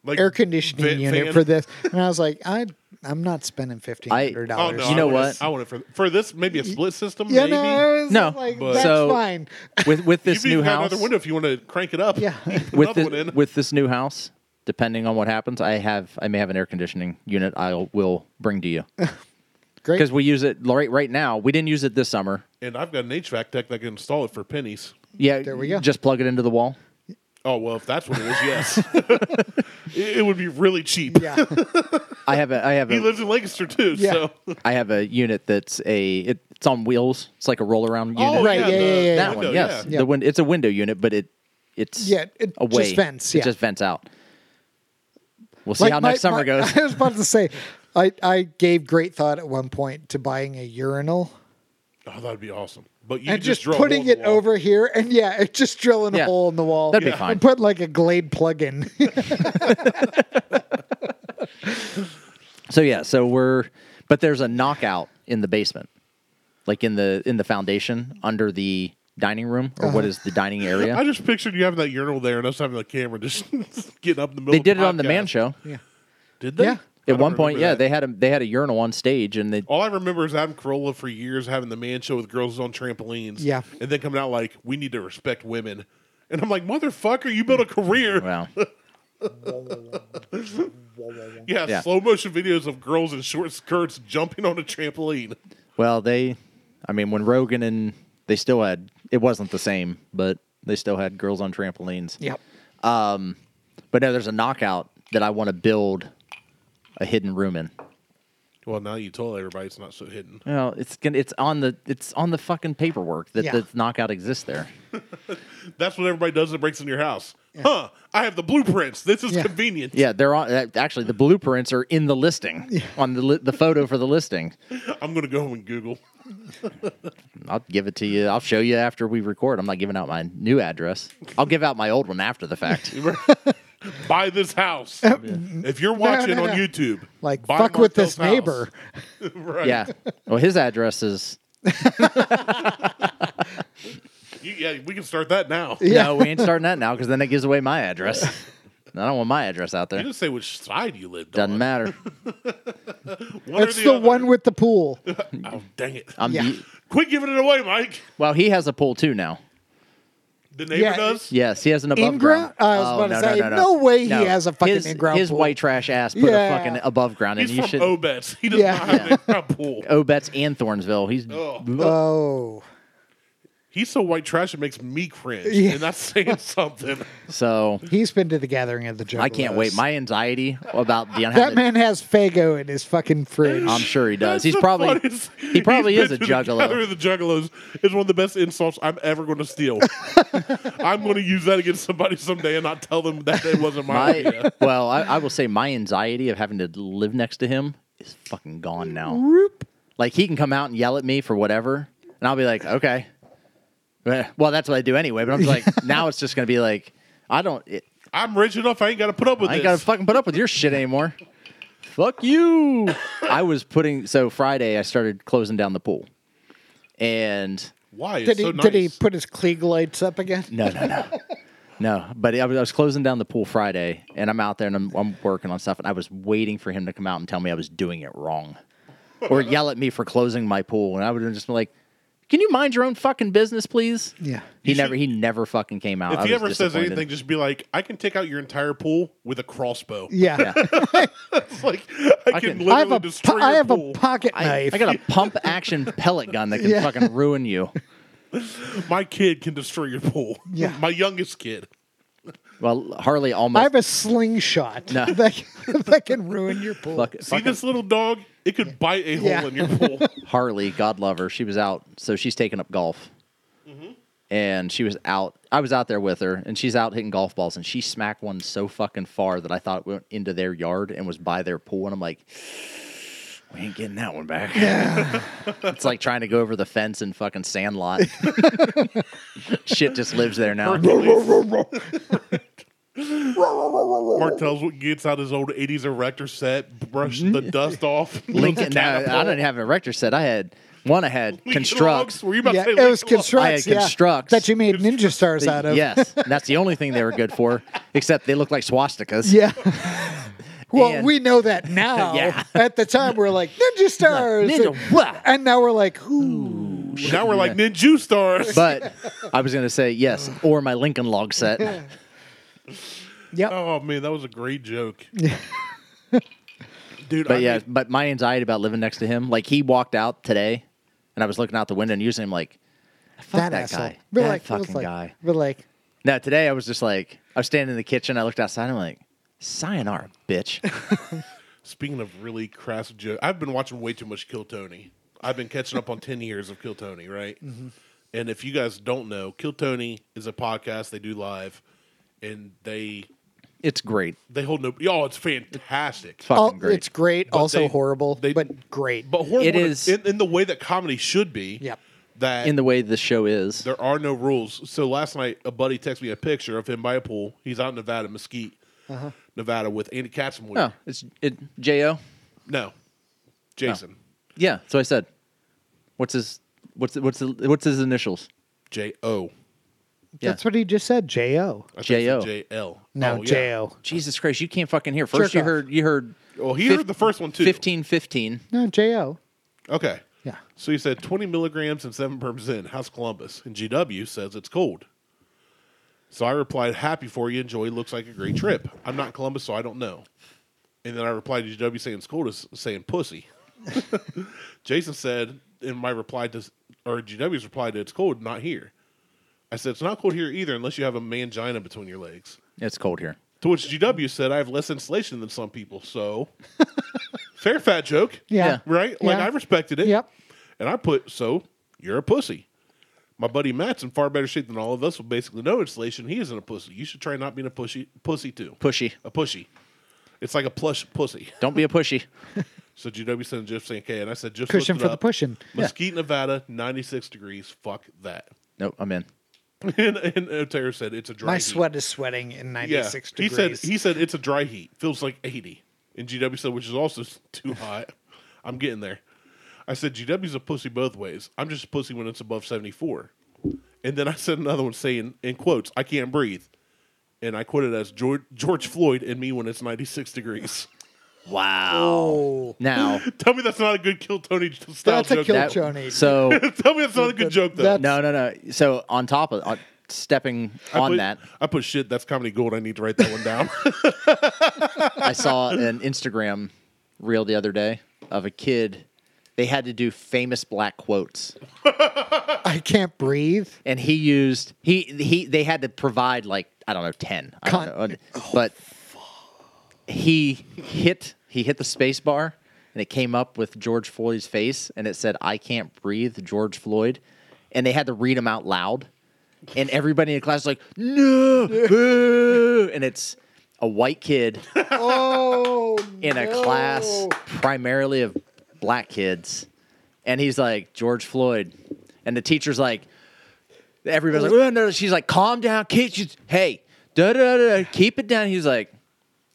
Speaker 2: like
Speaker 3: air conditioning
Speaker 2: va-
Speaker 3: unit
Speaker 2: van.
Speaker 3: for this, and I was like, I I'm not spending fifteen
Speaker 1: I-
Speaker 3: hundred
Speaker 2: Oh
Speaker 3: dollars.
Speaker 2: no!
Speaker 1: You know
Speaker 2: I want
Speaker 1: what?
Speaker 2: It, I want it for for this maybe a split system.
Speaker 3: You
Speaker 2: maybe
Speaker 3: know, it's
Speaker 1: No.
Speaker 3: like,
Speaker 2: But-
Speaker 3: that's
Speaker 1: So-
Speaker 3: fine.
Speaker 1: with with
Speaker 2: You
Speaker 1: this
Speaker 2: even
Speaker 1: new
Speaker 2: got
Speaker 1: house
Speaker 2: Another window if you want to crank it up.
Speaker 3: Yeah.
Speaker 1: with
Speaker 2: another one in.
Speaker 1: this, with this new house. Depending on what happens, I have I may have an air conditioning unit I will bring to you
Speaker 3: Great.
Speaker 1: because we use it right right now. We didn't use it this summer.
Speaker 2: and I've got an HVAC tech that can install it for pennies.
Speaker 1: Yeah,
Speaker 3: There we go.
Speaker 1: Just plug it into the wall.
Speaker 2: Oh well, if that's what it is, yes, it, it would be really cheap.
Speaker 3: Yeah.
Speaker 1: I have a I have
Speaker 2: He
Speaker 1: a
Speaker 2: lives in Lancaster too,
Speaker 3: Yeah.
Speaker 2: so
Speaker 1: I have a unit that's a it, it's on wheels. It's like a roll around unit.
Speaker 2: Oh,
Speaker 3: Right, yeah,
Speaker 2: the-
Speaker 3: yeah, yeah,
Speaker 2: the
Speaker 1: that
Speaker 2: window,
Speaker 1: one, yes.
Speaker 2: yeah.
Speaker 3: yeah.
Speaker 1: The win- it's a window unit, but it it's
Speaker 3: Yeah, it
Speaker 1: away.
Speaker 3: just vents,
Speaker 1: It
Speaker 3: yeah.
Speaker 1: just vents out. We'll see
Speaker 3: Like
Speaker 1: how
Speaker 3: my-
Speaker 1: next summer
Speaker 3: my-
Speaker 1: goes.
Speaker 3: I was about to say, I, I gave great thought at one point to buying a urinal
Speaker 2: Oh, that'd be awesome. But you
Speaker 3: and
Speaker 2: could just,
Speaker 3: just,
Speaker 2: draw a
Speaker 3: putting
Speaker 2: hole in
Speaker 3: it
Speaker 2: the wall.
Speaker 3: over here, and yeah, it just drilling
Speaker 1: Yeah.
Speaker 3: a hole in the wall.
Speaker 1: That'd be
Speaker 3: Yeah.
Speaker 1: fine.
Speaker 3: And put like a Glade plug in.
Speaker 1: So yeah, so we're but there's a knockout in the basement. Like in the in the foundation under the dining room or
Speaker 3: Uh-huh.
Speaker 1: what is the dining
Speaker 2: I
Speaker 1: area.
Speaker 2: just pictured you having that urinal there and us having the camera just getting up in the middle.
Speaker 1: They
Speaker 2: of
Speaker 1: did it on the
Speaker 2: podcast.
Speaker 1: man show.
Speaker 2: Did they?
Speaker 3: Yeah.
Speaker 2: I
Speaker 1: At
Speaker 2: don't
Speaker 1: one point,
Speaker 2: remember
Speaker 1: yeah,
Speaker 2: that. Oh.
Speaker 1: they had a they had a urinal on stage and they
Speaker 2: All I remember is Adam Carolla for years having the man show with girls on trampolines.
Speaker 3: Yeah.
Speaker 2: And then coming out like, we need to respect women. And I'm like, motherfucker, you built a career.
Speaker 1: well
Speaker 2: Yeah,
Speaker 1: Yeah.
Speaker 2: slow motion videos of girls in short skirts jumping on a trampoline.
Speaker 1: well they I mean when Rogan and they still had it wasn't the same, but they still had girls on trampolines.
Speaker 3: yep.
Speaker 1: But no, there's a knockout that I want to build a hidden room in.
Speaker 2: Well, now you told everybody it's not so hidden.
Speaker 1: Well, it's gonna, it's on the it's on the fucking paperwork that
Speaker 3: Yeah.
Speaker 1: the knockout exists there.
Speaker 2: That's what everybody does that breaks in your house. Huh, I have the blueprints. This is
Speaker 3: Yeah.
Speaker 2: convenient.
Speaker 1: Yeah, they're on. that- Actually, the blueprints are in the listing on the li- the photo for the listing.
Speaker 2: I'm going to go home and Google.
Speaker 1: I'll give it to you. I'll show you after we record. I'm not giving out my new address. I'll give out my old one after the fact.
Speaker 2: buy this house. If you're
Speaker 3: no,
Speaker 2: watching
Speaker 3: no.
Speaker 2: on YouTube,
Speaker 3: Like
Speaker 2: buy
Speaker 3: fuck with this
Speaker 2: Marcel's house.
Speaker 3: neighbor.
Speaker 2: right.
Speaker 1: Yeah. Well, his address is.
Speaker 2: You- yeah, we can start that now.
Speaker 1: No, we ain't starting that now because then it gives away my address. I don't want my address out
Speaker 2: You
Speaker 1: there.
Speaker 2: didn't say which side you lived
Speaker 1: Doesn't
Speaker 2: on.
Speaker 1: matter.
Speaker 2: One or
Speaker 3: It's the
Speaker 2: other.
Speaker 3: one with the pool.
Speaker 2: Oh, dang it.
Speaker 1: I'm
Speaker 3: Yeah.
Speaker 1: the-
Speaker 2: Quit giving it away, Mike.
Speaker 1: well, he has a pool too now.
Speaker 2: The neighbor
Speaker 3: Yeah.
Speaker 2: does.
Speaker 1: Yes, he has an above ground. Oh,
Speaker 3: In-ground? I was about to say, no way he has a fucking
Speaker 1: his,
Speaker 3: in-ground
Speaker 1: His
Speaker 3: pool.
Speaker 1: white trash ass put
Speaker 3: Yeah.
Speaker 1: a fucking above ground, and
Speaker 2: He's
Speaker 1: you
Speaker 2: from
Speaker 1: should
Speaker 2: Obetz. He does
Speaker 3: Yeah.
Speaker 2: not have an in-ground pool.
Speaker 1: Obetz and Thornsville. He's
Speaker 2: Oh.
Speaker 3: Oh.
Speaker 2: He's so white trash it makes me cringe,
Speaker 3: Yeah.
Speaker 2: and that's saying something.
Speaker 1: so
Speaker 3: He's been to the gathering of the Juggalos.
Speaker 1: I can't wait. My anxiety about the
Speaker 3: that
Speaker 1: unhappy.
Speaker 3: man has Fago in his fucking fridge.
Speaker 1: I'm sure he
Speaker 2: That's
Speaker 1: does. He's
Speaker 2: the
Speaker 1: probably
Speaker 2: funniest-
Speaker 1: he probably
Speaker 2: He's
Speaker 1: is a
Speaker 2: been to the Gathering
Speaker 1: juggalo.
Speaker 2: of the Juggalos is one of the best insults I'm ever going to steal. I'm going to use that against somebody someday and not tell them that it wasn't my, idea.
Speaker 1: My, well, I, I will say my anxiety of having to live next to him is fucking gone now.
Speaker 3: Roop.
Speaker 1: Like he can come out and yell at me for whatever, and I'll be like, okay. Eh, Well, that's what I do anyway. But I'm just like, now it's just gonna be like, I don't. It,
Speaker 2: I'm rich enough. I ain't got to put up with
Speaker 1: I ain't
Speaker 2: this.
Speaker 1: gotta fucking put up with your shit anymore. Fuck you. I was putting so Friday I started closing down the pool. And
Speaker 2: Why? It's
Speaker 3: Did he
Speaker 2: so
Speaker 3: did he
Speaker 2: nice.
Speaker 3: put his Klieg lights up again?
Speaker 1: no, no, no. No, but I was, I was closing down the pool Friday and I'm out there and I'm, I'm working on stuff and I was waiting for him to come out and tell me I was doing it wrong or yell at me for closing my pool. And I would have just been like, can you mind your own fucking business, please?
Speaker 3: Yeah.
Speaker 1: He
Speaker 2: You
Speaker 1: never,
Speaker 2: should-
Speaker 1: he never fucking came out.
Speaker 2: If
Speaker 1: I
Speaker 2: he
Speaker 1: was
Speaker 2: ever says
Speaker 1: disappointed.
Speaker 2: anything, just be like, I can take out your entire pool with a crossbow.
Speaker 3: Yeah.
Speaker 2: It's like, I,
Speaker 1: I
Speaker 2: can,
Speaker 1: can-
Speaker 2: literally
Speaker 3: I have a
Speaker 2: destroy
Speaker 3: po-
Speaker 2: your
Speaker 3: I have
Speaker 2: pool.
Speaker 3: a pocket
Speaker 1: I,
Speaker 3: knife.
Speaker 1: I got a pump action pellet gun that can
Speaker 3: Yeah.
Speaker 1: fucking ruin you.
Speaker 2: My kid can destroy your pool.
Speaker 3: Yeah.
Speaker 2: My youngest kid.
Speaker 1: Well, Harley
Speaker 3: I
Speaker 1: almost
Speaker 3: have a slingshot
Speaker 1: No.
Speaker 3: that, can- that can ruin your pool.
Speaker 1: Fuck,
Speaker 2: See
Speaker 1: fucking
Speaker 2: this little dog? It could bite a
Speaker 3: Yeah.
Speaker 2: hole in your pool.
Speaker 1: Harley, God love her. She was out, so she's taking up golf. And she was out. I was out there with her, and she's out hitting golf balls, and she smacked one so fucking far that I thought it went into their yard and was by their pool. And I'm like, we ain't getting that one back. it's like trying to go over the fence in fucking sandlot. Shit just lives there now.
Speaker 2: Mark tells what gets out his old 80s erector set, brush the dust off.
Speaker 1: Lincoln, no,
Speaker 2: Catapult.
Speaker 1: I didn't have an erector set. I had one. I had
Speaker 2: Lincoln Logs.
Speaker 1: constructs.
Speaker 2: Were you about
Speaker 3: Yeah,
Speaker 2: to say
Speaker 3: it was
Speaker 2: Lincoln Logs?
Speaker 1: I had
Speaker 3: constructs. yeah,
Speaker 1: constructs.
Speaker 3: that you made ninja stars out of.
Speaker 1: Yes, and that's the only thing they were good for. Except they look like swastikas.
Speaker 3: Yeah. Well,
Speaker 1: And-
Speaker 3: we know that now.
Speaker 1: Yeah.
Speaker 3: At the time, we are like ninja stars,
Speaker 1: Ninja, wah.
Speaker 3: and now we're like, ooh,
Speaker 2: now we're like ninja stars.
Speaker 1: But I was going to say yes, or my Lincoln log set.
Speaker 3: yep.
Speaker 2: oh man, that was a great joke. Dude, I
Speaker 1: But yeah,
Speaker 2: need-
Speaker 1: but my anxiety about living next to him, like he walked out today, and I was looking out the window and using him like, fuck that,
Speaker 3: asshole.
Speaker 1: guy,
Speaker 3: We're
Speaker 1: that
Speaker 3: like, it was
Speaker 1: fucking
Speaker 3: like-
Speaker 1: guy.
Speaker 3: We're like,
Speaker 1: Now today I was just like, I was standing in the kitchen, I looked outside, I'm like, sayonara, bitch.
Speaker 2: speaking of really crass jokes, I've been watching way too much Kill Tony. I've been catching up on 10 years of Kill Tony, right?
Speaker 3: Mm-hmm.
Speaker 2: And if you guys don't know, Kill Tony is a podcast they do live and they
Speaker 1: it's great.
Speaker 2: they hold no y'all, it's fantastic.
Speaker 1: Fucking
Speaker 3: all,
Speaker 1: great.
Speaker 3: oh, it's great, also
Speaker 2: they-
Speaker 3: horrible,
Speaker 2: they-
Speaker 3: but great.
Speaker 2: But horrible
Speaker 1: It is-
Speaker 2: in, in the way that comedy should be.
Speaker 3: Yep.
Speaker 2: That
Speaker 1: in the way the show is.
Speaker 2: There are no rules. So last night, a buddy texted me a picture of him by a pool. He's out in Nevada, Mesquite,
Speaker 1: Uh-huh.
Speaker 2: Nevada, with Andy Katzenweir.
Speaker 1: Oh, it's it Jo.
Speaker 2: No, Jason,
Speaker 1: Yeah, so I said, what's his what's what's the, what's his initials?
Speaker 2: J O.
Speaker 1: Yeah.
Speaker 3: That's what he just said. J O.
Speaker 2: I think it's
Speaker 1: J.O..
Speaker 2: J L.
Speaker 3: No,
Speaker 2: Oh, yeah.
Speaker 3: J O.
Speaker 1: Jesus Christ, you can't fucking hear. First
Speaker 3: Jerk
Speaker 1: you
Speaker 3: off.
Speaker 1: heard you heard
Speaker 2: Well, he
Speaker 1: fif-
Speaker 2: heard the first one too.
Speaker 1: 15 15.
Speaker 3: No, J O.
Speaker 2: Okay.
Speaker 3: Yeah.
Speaker 2: So he said twenty milligrams and seven percent. How's Columbus? And GW says it's cold. So I replied, "Happy for you. Enjoy. Looks like a great trip. I'm not in Columbus, so I don't know." And then I replied to GW saying it's cold is saying pussy. Jason said in my reply to or GW's reply to it's cold, not here. I said it's not cold here either unless you have a mangina between your legs.
Speaker 1: It's cold here.
Speaker 2: To which GW said, "I have less insulation than some people, so fair fat joke."
Speaker 3: Yeah.
Speaker 2: right? Like
Speaker 3: Yeah.
Speaker 2: I respected it.
Speaker 3: Yep.
Speaker 2: And I put, so you're a pussy. My buddy Matt's in far better shape than all of us with basically no insulation. He isn't a pussy. You should try not being a pushy pussy too.
Speaker 1: Pushy.
Speaker 2: A pushy. It's like a plush pussy.
Speaker 1: Don't be a pushy.
Speaker 2: So GW sent Jeff saying K and I said just
Speaker 3: Cushion
Speaker 2: looked it
Speaker 3: for the
Speaker 2: up.
Speaker 3: pushing.
Speaker 2: Mesquite, Nevada, ninety six degrees. Fuck that.
Speaker 1: Nope, I'm in.
Speaker 2: and and Otero said it's a dry
Speaker 3: My
Speaker 2: heat.
Speaker 3: sweat is sweating in
Speaker 2: Yeah.
Speaker 3: 96
Speaker 2: He said
Speaker 3: degrees.
Speaker 2: he said it's a dry heat. Feels like 80. And GW said which is also too hot. I'm getting there. I said GW's a pussy both ways. I'm just a pussy when it's above 74. And then I said another one saying in quotes, I can't breathe. And I quoted as George, George Floyd and me when it's 96 degrees.
Speaker 1: Wow.
Speaker 3: oh,
Speaker 1: Now
Speaker 2: Tell me that's not a good kill Tony style
Speaker 3: that's a
Speaker 2: joke.
Speaker 3: kill,
Speaker 1: that-
Speaker 3: Johnny.
Speaker 1: so
Speaker 2: Tell me that's not a good joke though.
Speaker 3: That's-
Speaker 1: no no no. So on top of on, stepping
Speaker 2: I
Speaker 1: on
Speaker 2: put,
Speaker 1: that,
Speaker 2: I put shit. That's comedy gold. I need to write that one down.
Speaker 1: I saw an Instagram reel the other day of a kid. They had to do famous black quotes.
Speaker 3: I can't breathe.
Speaker 1: and he used he he they had to provide like I don't know ten, I don't
Speaker 3: Con-
Speaker 1: know, but he hit he hit the space bar and it came up with George Floyd's face and it said I can't breathe George Floyd, and they had to read him out loud, and everybody in the class was like no, boo," and it's a white kid
Speaker 3: Oh,
Speaker 1: in a
Speaker 3: no.
Speaker 1: class primarily of black kids. And he's like, George Floyd. And the teacher's like, everybody's like, "Oh, no, no." she's like, calm down, kids. She's, hey, da da da, keep it down. He's like,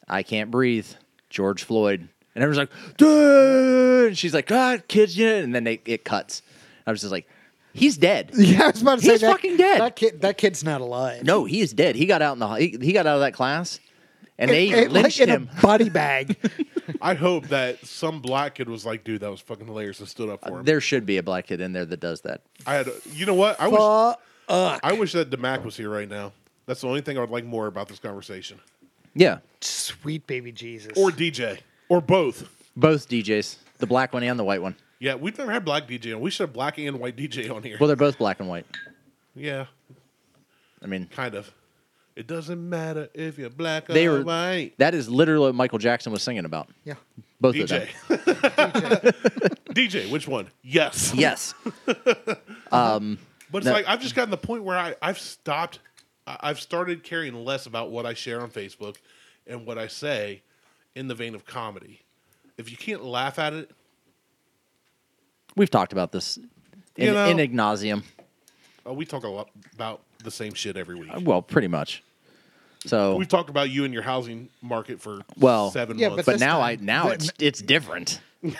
Speaker 1: I can't breathe, George Floyd. And everyone's like, "Duh." and she's like, ah, kids, yeah. And then they, it cuts. I was just like, he's dead.
Speaker 3: Yeah, I was about to say
Speaker 1: He's
Speaker 3: that,
Speaker 1: fucking dead.
Speaker 3: That kid, that kid's not alive.
Speaker 1: No, he is dead. He got out in the he, he got out of that class, and they
Speaker 3: It-
Speaker 1: lynched
Speaker 3: like in
Speaker 1: him.
Speaker 3: a body bag.
Speaker 2: I hope that some black kid was like, "Dude, that was fucking hilarious," and stood up for him.
Speaker 1: there should be a black kid in there that does that.
Speaker 2: I had, you know what? I wish,
Speaker 3: Fuck.
Speaker 2: I wish that Demac was here right now. That's the only thing I would like more about this conversation,
Speaker 1: Yeah,
Speaker 3: Sweet baby Jesus.
Speaker 2: or DJ, or both.
Speaker 1: Both DJs, the black one and the white one.
Speaker 2: Yeah, we've never had black DJ on. We should have black and white DJ on here.
Speaker 1: Well, they're both black and white.
Speaker 2: yeah,
Speaker 1: I mean,
Speaker 2: kind of. It doesn't matter if you're black or
Speaker 1: they were.
Speaker 2: white.
Speaker 1: That is literally what Michael Jackson was singing about.
Speaker 3: yeah.
Speaker 1: Both of them.
Speaker 2: DJ, DJ, which one? Yes,
Speaker 1: Yes.
Speaker 2: But it's
Speaker 1: No.
Speaker 2: like I've just gotten to the point where I, I've stopped. I- I've started caring less about what I share on Facebook and what I say in the vein of comedy. If you can't laugh at it,
Speaker 1: We've talked about this in,
Speaker 2: You know-
Speaker 1: in Ignasium.
Speaker 2: uh, we talk a lot about the same shit every week.
Speaker 1: Uh, Well, pretty much. So,
Speaker 2: We've talked about you and your housing market for
Speaker 1: Well-
Speaker 2: seven
Speaker 3: Yeah,
Speaker 2: months.
Speaker 1: but
Speaker 3: this
Speaker 1: now I
Speaker 3: time-
Speaker 1: now
Speaker 3: but-
Speaker 1: it's it's different.
Speaker 3: I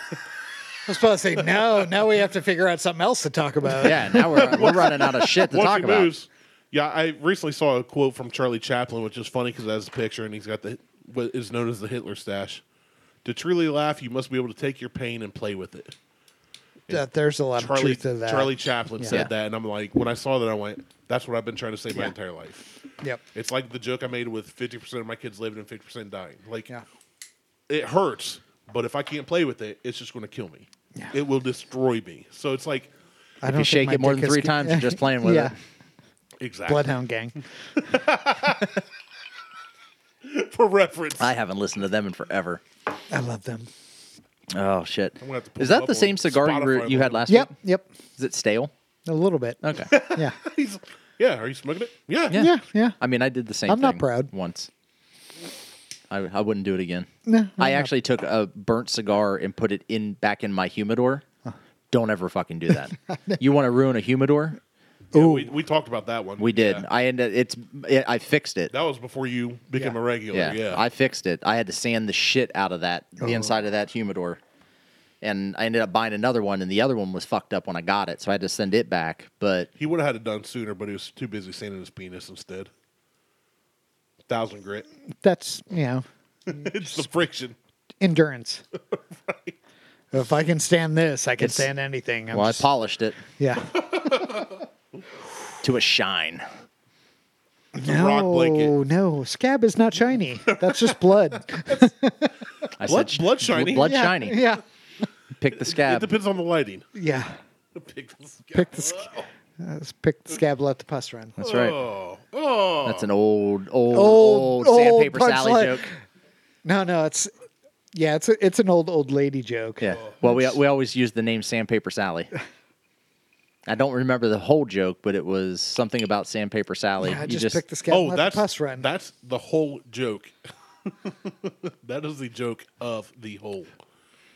Speaker 3: was about to say no. Now we have to figure out something else to talk about.
Speaker 1: Yeah, now we're we're running out of shit to
Speaker 2: Once
Speaker 1: talk
Speaker 2: he
Speaker 1: about.
Speaker 2: moves- yeah, I recently saw a quote from Charlie Chaplin, which is funny because it has a picture and he's got the what is known as the Hitler stash. To truly laugh, you must be able to take your pain and play with it.
Speaker 3: That Uh, there's a lot of
Speaker 2: Charlie
Speaker 3: truth to that.
Speaker 2: Charlie Chaplin
Speaker 3: Yeah.
Speaker 2: said
Speaker 1: Yeah.
Speaker 2: that, and I'm like, when I saw that, I went, "That's what I've been trying to say my entire life."
Speaker 3: Yep.
Speaker 2: It's like the joke I made with 50% of my kids living and 50% dying. Like,
Speaker 3: Yeah.
Speaker 2: it hurts, but if I can't play with it, it's just going to kill me.
Speaker 3: Yeah.
Speaker 2: It will destroy me. So it's like,
Speaker 3: I
Speaker 1: If you shake it more than three times, you're just playing with
Speaker 3: yeah.
Speaker 2: exactly.
Speaker 3: Bloodhound Gang.
Speaker 2: For reference.
Speaker 1: it. I haven't listened to them in forever.
Speaker 3: I love them.
Speaker 1: Oh shit!
Speaker 2: gonna have to pull
Speaker 1: Is
Speaker 2: them
Speaker 1: that
Speaker 2: up
Speaker 1: the
Speaker 2: on
Speaker 1: same cigar you, were-
Speaker 2: Spotify
Speaker 1: you
Speaker 2: or
Speaker 1: had last
Speaker 3: Yep.
Speaker 1: week?
Speaker 3: Yep.
Speaker 1: Is it stale?
Speaker 3: A little bit.
Speaker 1: Okay.
Speaker 3: Yeah.
Speaker 2: He's- yeah, are you smoking it? Yeah.
Speaker 1: Yeah.
Speaker 3: Yeah. Yeah.
Speaker 1: I mean, I did the same.
Speaker 3: I'm not
Speaker 1: thing
Speaker 3: proud.
Speaker 1: Once, I I wouldn't do it again.
Speaker 3: No, I'm
Speaker 1: I
Speaker 3: not.
Speaker 1: actually took a burnt cigar and put it in back in my humidor. Don't ever fucking do that. you want to ruin a humidor?
Speaker 2: Yeah, we, we talked about that one.
Speaker 1: We did.
Speaker 2: Yeah.
Speaker 1: I ended. It's. I fixed it.
Speaker 2: That was before you became
Speaker 3: Yeah.
Speaker 2: a regular.
Speaker 1: yeah,
Speaker 2: Yeah.
Speaker 1: I fixed it. I had to sand the shit out of that,
Speaker 3: Oh.
Speaker 1: the inside of that humidor. And I ended up buying another one, and the other one was fucked up when I got it, so I had to send it back. But
Speaker 2: he would have had it done sooner, but he was too busy sanding his penis instead. Thousand grit.
Speaker 3: That's you know
Speaker 2: it's the friction.
Speaker 3: endurance. If I can stand this, I can
Speaker 1: It's-
Speaker 3: stand anything. I'm
Speaker 1: well,
Speaker 3: just-
Speaker 1: I polished it
Speaker 3: yeah.
Speaker 1: to a shine.
Speaker 2: It's a
Speaker 3: No,
Speaker 2: rock blanket.
Speaker 3: no, scab is not shiny. That's just blood.
Speaker 1: I
Speaker 2: Blood-
Speaker 1: sh-
Speaker 2: blood shiny?
Speaker 1: Blood
Speaker 3: yeah,
Speaker 1: shiny.
Speaker 3: Yeah.
Speaker 1: Pick the
Speaker 2: It
Speaker 1: scab.
Speaker 2: depends on the lighting.
Speaker 3: Yeah.
Speaker 2: Pick the sky.
Speaker 3: Pick the, sc- uh, let's pick the scab, let the pus run.
Speaker 1: That's right.
Speaker 2: Oh, oh.
Speaker 1: That's an old, old,
Speaker 3: Old-
Speaker 1: old,
Speaker 3: old
Speaker 1: sandpaper Sally
Speaker 3: punchline.
Speaker 1: joke.
Speaker 3: No, no, it's yeah, it's a, it's an old old lady joke.
Speaker 1: Yeah. Well, we we always use the name Sandpaper Sally. I don't remember the whole joke, but it was something about Sandpaper Sally.
Speaker 3: I
Speaker 1: You
Speaker 3: just,
Speaker 1: just-
Speaker 3: picked the scab,
Speaker 2: oh,
Speaker 3: let
Speaker 2: that's
Speaker 3: the pus run.
Speaker 2: that's the whole joke. that is the joke of the whole.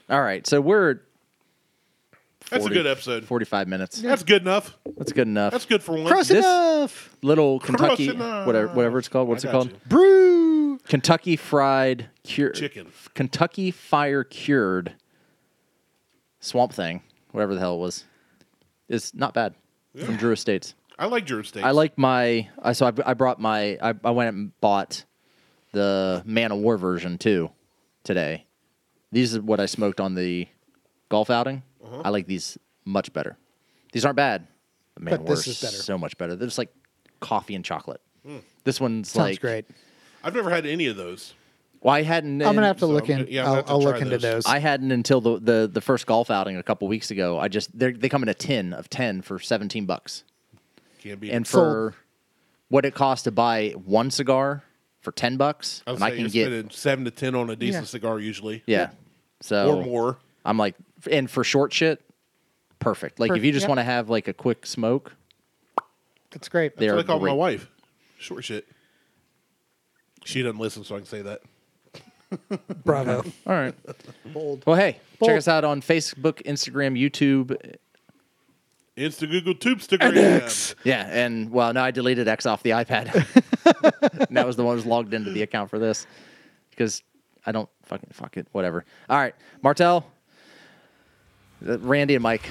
Speaker 1: all right. So we're
Speaker 2: That's
Speaker 1: 40
Speaker 2: a good episode.
Speaker 1: forty-five minutes.
Speaker 2: That's good enough.
Speaker 1: That's good enough.
Speaker 2: That's good for one.
Speaker 3: Cross
Speaker 1: this-
Speaker 3: enough.
Speaker 1: little Kentucky,
Speaker 2: enough.
Speaker 1: whatever, whatever it's called. What's
Speaker 2: I
Speaker 1: it
Speaker 2: got
Speaker 1: called?
Speaker 2: you.
Speaker 3: Brew.
Speaker 1: Kentucky Fried Cure
Speaker 2: Chicken.
Speaker 1: Kentucky Fire Cured Swamp Thing, whatever the hell it was, is not bad from Drew Estates.
Speaker 2: I like Drew States.
Speaker 1: I like my. I so I, I brought my. I, I went and bought the Man of War version too today. These are what I smoked on the golf outing. I like these much better. These aren't bad. But Man
Speaker 3: But
Speaker 1: of War
Speaker 3: this is better.
Speaker 1: so much better. They're just like coffee and chocolate. This one's
Speaker 3: Sounds
Speaker 1: like
Speaker 3: great.
Speaker 2: I've never had any of those.
Speaker 1: Well, I hadn't.
Speaker 3: I'm gonna have to
Speaker 2: so
Speaker 3: look
Speaker 2: I'm
Speaker 3: in.
Speaker 2: gonna- yeah, I'm
Speaker 3: I'll,
Speaker 2: gonna have to
Speaker 3: I'll
Speaker 2: try
Speaker 3: look into
Speaker 2: those.
Speaker 3: those.
Speaker 1: I hadn't until the, the, the first golf outing a couple weeks ago. I just they they come in a tin of ten for seventeen bucks,
Speaker 2: Can't be.
Speaker 1: and for
Speaker 3: Sold.
Speaker 1: what it costs to buy one cigar for ten bucks,
Speaker 2: I, would
Speaker 1: and I
Speaker 2: say
Speaker 1: can
Speaker 2: you're
Speaker 1: get
Speaker 2: spending seven to ten on a decent
Speaker 3: Yeah.
Speaker 2: cigar usually.
Speaker 1: yeah, so
Speaker 2: or more.
Speaker 1: I'm like, and for short shit, perfect. Like if
Speaker 3: Perfect,
Speaker 1: you just
Speaker 3: yeah.
Speaker 1: want to have like a quick smoke,
Speaker 3: That's great.
Speaker 1: There.
Speaker 2: That's
Speaker 1: They're
Speaker 2: what I call my
Speaker 1: great.
Speaker 2: wife. Short shit. She doesn't listen, so I can say that.
Speaker 3: Bravo.
Speaker 1: all right.
Speaker 3: Bold.
Speaker 1: Well, hey,
Speaker 3: Well-
Speaker 1: check us out on Facebook, Instagram, YouTube.
Speaker 2: Insta Google Tube Instagram.
Speaker 1: Yeah, and well, no, I deleted X off the iPad. And that was the one that was logged into the account for this because I don't fucking fuck it. Whatever. All right, Martel, uh, Randy, and Mike,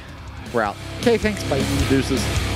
Speaker 1: we're out.
Speaker 3: Okay, thanks. Bye.
Speaker 1: Deuces.